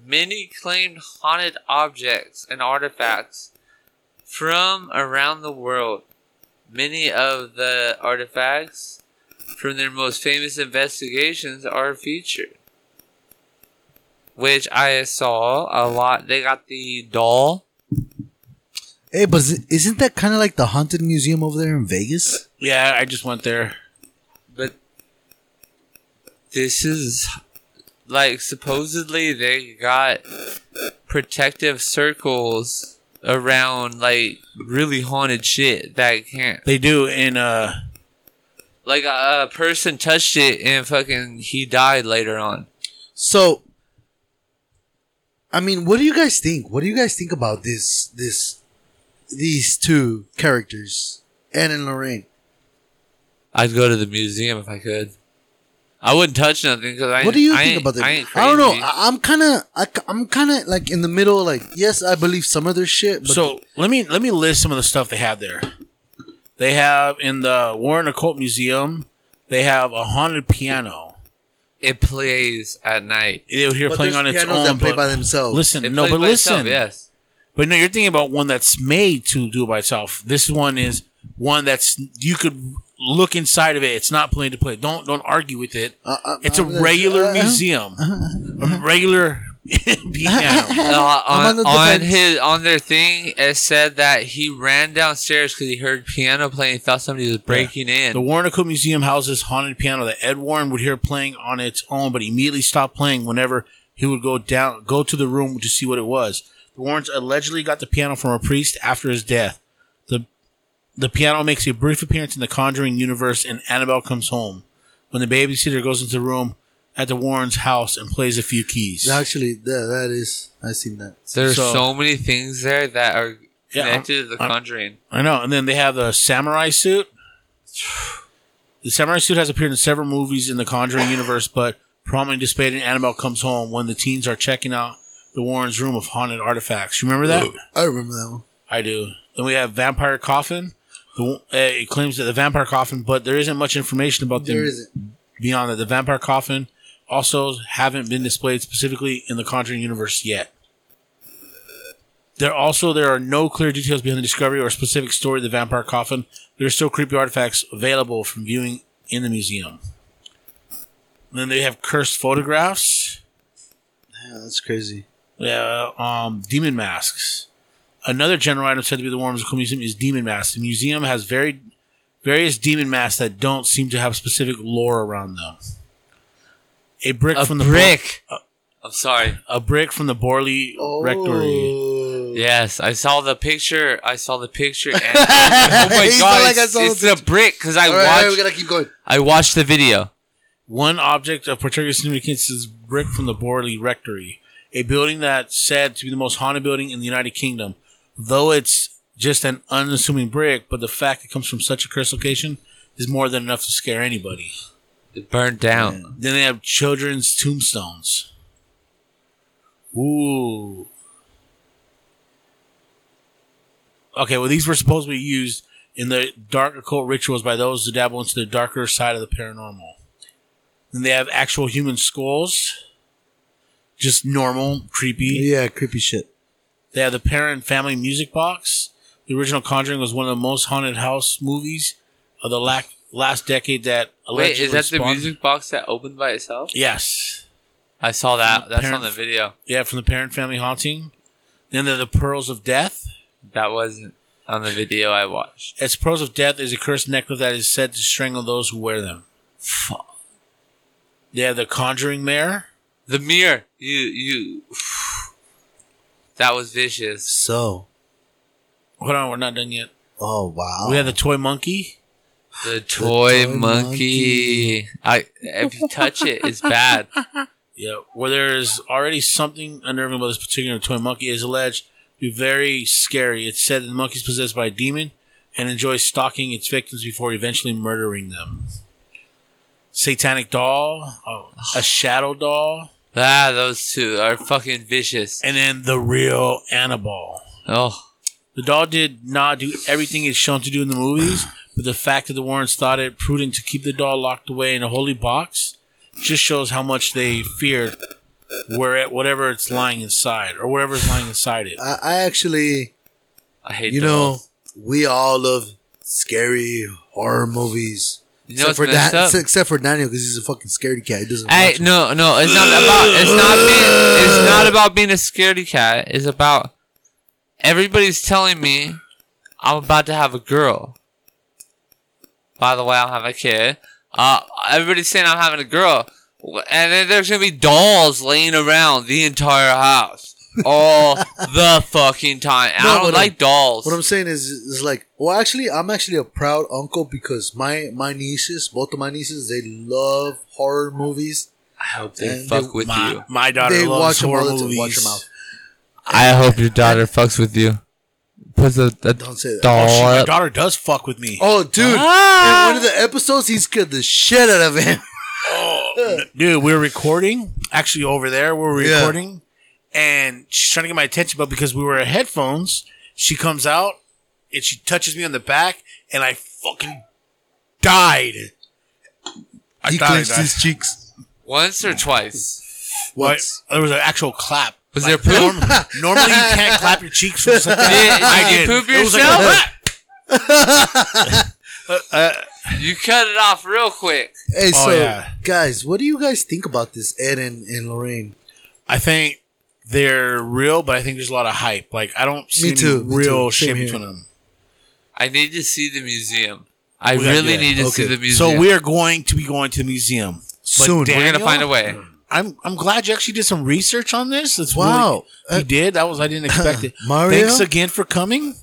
[SPEAKER 3] many claimed haunted objects and artifacts from around the world. Many of the artifacts from their most famous investigations are featured. Which I saw a lot. They got the doll.
[SPEAKER 1] Hey, but is- isn't that kind of like the haunted museum over there in Vegas?
[SPEAKER 2] Yeah, I just went there.
[SPEAKER 3] But this is like supposedly they got protective circles around like really haunted shit that can't
[SPEAKER 2] They do in uh
[SPEAKER 3] like a, a person touched it and fucking he died later on.
[SPEAKER 1] So, I mean, what do you guys think? What do you guys think about this? This, these two characters, Anne and Lorraine.
[SPEAKER 3] I'd go to the museum if I could. I wouldn't touch nothing because I.
[SPEAKER 1] What do you
[SPEAKER 3] I
[SPEAKER 1] think
[SPEAKER 3] ain't-
[SPEAKER 1] about this?
[SPEAKER 3] I,
[SPEAKER 1] I,
[SPEAKER 3] ain't
[SPEAKER 1] don't know.
[SPEAKER 3] crazy.
[SPEAKER 1] I, I'm kind of, I'm kind of like in the middle. Like, yes, I believe some of their shit. But
[SPEAKER 2] so let me let me list some of the stuff they have there. They have in the Warren Occult Museum, they have a haunted piano.
[SPEAKER 3] it plays at night.
[SPEAKER 2] They would hear
[SPEAKER 1] but
[SPEAKER 2] playing
[SPEAKER 1] there's
[SPEAKER 2] on its
[SPEAKER 1] pianos
[SPEAKER 2] own.
[SPEAKER 1] that play
[SPEAKER 2] but-
[SPEAKER 1] by themselves.
[SPEAKER 2] Listen,
[SPEAKER 3] It
[SPEAKER 2] no,
[SPEAKER 3] plays
[SPEAKER 2] but
[SPEAKER 3] by itself,
[SPEAKER 2] listen.
[SPEAKER 3] yes.
[SPEAKER 2] But no, you're thinking about one that's made to do it by itself. This one is one that's you could look inside of it. It's not playing to play. Don't don't argue with it.
[SPEAKER 1] Uh, uh,
[SPEAKER 2] It's a
[SPEAKER 1] uh,
[SPEAKER 2] regular
[SPEAKER 1] uh, uh,
[SPEAKER 2] museum, a regular piano.
[SPEAKER 3] Uh,
[SPEAKER 1] I'm
[SPEAKER 3] on,
[SPEAKER 1] on the
[SPEAKER 3] on
[SPEAKER 1] defense.
[SPEAKER 3] his on their thing, it said that he ran downstairs because he heard piano playing. He thought somebody was breaking in.
[SPEAKER 2] The Warren Occult Museum houses haunted piano that Ed Warren would hear playing on its own, but immediately stopped playing whenever he would go down go to the room to see what it was. The Warrens allegedly got the piano from a priest after his death. The the piano makes a brief appearance in the Conjuring universe, and Annabelle comes home. When the babysitter goes into the room at the Warrens' house and plays a few keys.
[SPEAKER 1] Actually, that, that is. I seen that.
[SPEAKER 3] There's
[SPEAKER 2] So-
[SPEAKER 3] so, many things there that are
[SPEAKER 2] Yeah, I'm-
[SPEAKER 3] connected to the
[SPEAKER 2] I'm-
[SPEAKER 3] Conjuring.
[SPEAKER 2] I know. And then they have the samurai suit. The samurai suit has appeared in several movies in the Conjuring universe, but prominently displayed in Annabelle Comes Home when the teens are checking out the Warren's room of haunted artifacts. You remember that?
[SPEAKER 1] I remember that one.
[SPEAKER 2] I do. Then we have Vampire Coffin. The, uh, it claims that the Vampire Coffin, but there isn't much information about them
[SPEAKER 1] There isn't.
[SPEAKER 2] beyond that. The Vampire Coffin also haven't been displayed specifically in the Conjuring universe yet. There also there are no clear details behind the discovery or specific story of the Vampire Coffin. There are still creepy artifacts available from viewing in the museum. Then they have cursed photographs.
[SPEAKER 1] Yeah, that's crazy.
[SPEAKER 2] Yeah, um, demon masks. Another general item said to be the War Musical Museum is demon masks. The museum has very various demon masks that don't seem to have specific lore around them. A brick
[SPEAKER 3] A
[SPEAKER 2] from the Uh,
[SPEAKER 3] brick. I'm sorry.
[SPEAKER 2] a brick from the Borley
[SPEAKER 3] Oh.
[SPEAKER 2] Rectory.
[SPEAKER 3] Yes, I saw the picture. I saw the picture. And, oh my
[SPEAKER 1] He's
[SPEAKER 3] god,
[SPEAKER 1] like,
[SPEAKER 3] it's,
[SPEAKER 1] I saw
[SPEAKER 3] it's
[SPEAKER 1] the
[SPEAKER 3] a brick because I
[SPEAKER 1] All right, all right, we
[SPEAKER 3] watched.
[SPEAKER 1] gotta keep going.
[SPEAKER 3] I watched the video.
[SPEAKER 2] One object of particular significance is brick from the Borley Rectory, a building that's said to be the most haunted building in the United Kingdom. Though it's just an unassuming brick, but the fact it comes from such a cursed location is more than enough to scare anybody.
[SPEAKER 3] It burned down.
[SPEAKER 2] Then they have children's tombstones. Ooh. Okay, well, these were supposed to be used in the dark occult rituals by those who dabble into the darker side of the paranormal. Then they have actual human skulls. Just normal, creepy.
[SPEAKER 1] Yeah, creepy shit.
[SPEAKER 2] They have the parent family music box. The original Conjuring was one of the most haunted house movies of the lac- last decade that
[SPEAKER 3] Wait,
[SPEAKER 2] allegedly
[SPEAKER 3] is that the
[SPEAKER 2] spawned-
[SPEAKER 3] music box that opened by itself?
[SPEAKER 2] Yes.
[SPEAKER 3] I saw that. That's on
[SPEAKER 2] Parents-
[SPEAKER 3] the video.
[SPEAKER 2] Yeah, from the Parent Family Haunting. Then there are the Pearls of Death.
[SPEAKER 3] That wasn't on the video I watched.
[SPEAKER 2] As Pearls of Death is a cursed necklace that is said to strangle those who wear them. They have the Conjuring Mare.
[SPEAKER 3] The mirror. You you. That was vicious.
[SPEAKER 1] So,
[SPEAKER 2] Hold on, we're not done yet.
[SPEAKER 1] oh wow,
[SPEAKER 2] We have the Toy Monkey.
[SPEAKER 3] The toy,
[SPEAKER 1] toy
[SPEAKER 3] monkey. I if you touch it, it's bad.
[SPEAKER 2] Yeah, where there is already something unnerving about this particular toy monkey is alleged to be very scary. It's said that the monkey is possessed by a demon and enjoys stalking its victims before eventually murdering them. Satanic doll, oh, a shadow doll,
[SPEAKER 3] Ah, those two are fucking vicious.
[SPEAKER 2] and then the real Annabelle.
[SPEAKER 3] Oh,
[SPEAKER 2] The doll did not do everything it's shown to do in the movies, but the fact that the Warrens thought it prudent to keep the doll locked away in a holy box just shows how much they fear where it, whatever it's lying inside or whatever's lying inside it.
[SPEAKER 1] I, I actually,
[SPEAKER 3] I hate
[SPEAKER 1] you
[SPEAKER 3] those.
[SPEAKER 1] know, we all love scary horror movies.
[SPEAKER 3] You know
[SPEAKER 1] Except
[SPEAKER 3] what's
[SPEAKER 1] for,
[SPEAKER 3] messed
[SPEAKER 1] Dan-
[SPEAKER 3] up?
[SPEAKER 1] except for Daniel because he's a fucking scaredy cat. He doesn't.
[SPEAKER 3] Hey,
[SPEAKER 1] watch it.
[SPEAKER 3] no, no, it's not about it's not being, it's not about being a scaredy cat. It's about everybody's telling me I'm about to have a girl. By the way, I'll have a kid. Uh, everybody's saying I'm having a girl, and then there's gonna be dolls laying around the entire house all the fucking time. And
[SPEAKER 1] No,
[SPEAKER 3] I don't
[SPEAKER 1] what
[SPEAKER 3] like
[SPEAKER 1] I'm-
[SPEAKER 3] dolls.
[SPEAKER 1] What I'm saying is, is like, well, actually, I'm actually a proud uncle because my my nieces, both of my nieces, they love horror movies.
[SPEAKER 3] I hope they
[SPEAKER 1] And
[SPEAKER 3] fuck
[SPEAKER 1] they-
[SPEAKER 3] with
[SPEAKER 2] my,
[SPEAKER 3] you.
[SPEAKER 2] my daughter
[SPEAKER 1] they
[SPEAKER 2] loves
[SPEAKER 1] watch them all
[SPEAKER 2] horror
[SPEAKER 1] the time.
[SPEAKER 2] movies.
[SPEAKER 1] Watch them out.
[SPEAKER 3] I hope your daughter fucks with you. Puts a, a
[SPEAKER 1] Don't say that.
[SPEAKER 2] Oh,
[SPEAKER 3] doll
[SPEAKER 2] shit, my
[SPEAKER 3] up.
[SPEAKER 2] daughter does fuck with me.
[SPEAKER 1] Oh, dude!
[SPEAKER 3] Ah!
[SPEAKER 1] In one of the episodes, he scared the shit out of him.
[SPEAKER 2] Dude, we were recording. Actually, over there, we were
[SPEAKER 1] Yeah.
[SPEAKER 2] recording. And she's trying to get my attention, but because we were at headphones, she comes out and she touches me on the back, and I fucking died. I
[SPEAKER 1] he
[SPEAKER 2] thought I
[SPEAKER 1] clenched
[SPEAKER 2] died.
[SPEAKER 1] his cheeks.
[SPEAKER 3] Once or twice.
[SPEAKER 2] What?
[SPEAKER 1] Once.
[SPEAKER 2] There was an actual clap.
[SPEAKER 3] Was
[SPEAKER 2] Like,
[SPEAKER 3] there poop?
[SPEAKER 2] norm- normally, you can't clap your cheeks from something.
[SPEAKER 3] Did-
[SPEAKER 2] I
[SPEAKER 3] did
[SPEAKER 2] did.
[SPEAKER 3] you poop
[SPEAKER 2] It was like a-
[SPEAKER 3] yourself? You cut it off real quick.
[SPEAKER 1] Hey,
[SPEAKER 2] Oh,
[SPEAKER 1] so
[SPEAKER 2] yeah.
[SPEAKER 1] guys, what do you guys think about this, Ed and, and Lorraine?
[SPEAKER 2] I think they're real, but I think there's a lot of hype. Like I don't see any
[SPEAKER 1] too, me
[SPEAKER 2] real
[SPEAKER 1] too.
[SPEAKER 2] shit
[SPEAKER 1] Same here.
[SPEAKER 2] between them.
[SPEAKER 3] I need to see the museum. I
[SPEAKER 2] We gotta do
[SPEAKER 3] really
[SPEAKER 2] that.
[SPEAKER 3] need to see
[SPEAKER 1] Okay.
[SPEAKER 3] the museum.
[SPEAKER 2] So we are going to be going to the museum but
[SPEAKER 1] Soon. We're
[SPEAKER 3] we're gonna
[SPEAKER 2] Daniel,
[SPEAKER 3] find a way.
[SPEAKER 2] I'm I'm glad you actually did some research on this. It's
[SPEAKER 1] Wow.
[SPEAKER 2] really,
[SPEAKER 1] Uh,
[SPEAKER 2] you did. That was I didn't expect it.
[SPEAKER 1] Mario?
[SPEAKER 2] thanks again for coming.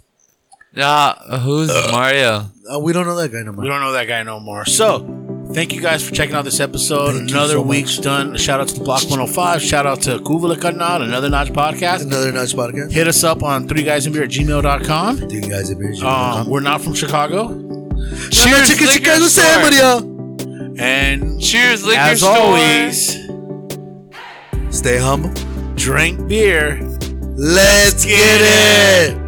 [SPEAKER 3] Nah, who's Mario?
[SPEAKER 1] Uh, we don't know that guy no
[SPEAKER 2] We
[SPEAKER 1] more.
[SPEAKER 2] don't know that guy no more. So. Thank you guys for checking out this episode.
[SPEAKER 1] Mm-hmm. Thank you
[SPEAKER 2] another
[SPEAKER 1] so
[SPEAKER 2] week's done. Shout out to the Block 105. Shout out to Kuvala Kanal, another Notch podcast.
[SPEAKER 1] Another Notch podcast.
[SPEAKER 2] Hit us up on three guys in beer at gmail.com.
[SPEAKER 1] Do you guys have beers?
[SPEAKER 2] Um, we're not from Chicago.
[SPEAKER 1] Cheers, chicken,
[SPEAKER 3] liquor
[SPEAKER 1] Chicago,
[SPEAKER 3] store.
[SPEAKER 1] San Maria.
[SPEAKER 2] And
[SPEAKER 3] Cheers, liquor
[SPEAKER 2] as
[SPEAKER 3] store.
[SPEAKER 2] always,
[SPEAKER 1] Stay humble.
[SPEAKER 2] drink beer.
[SPEAKER 1] Let's get it.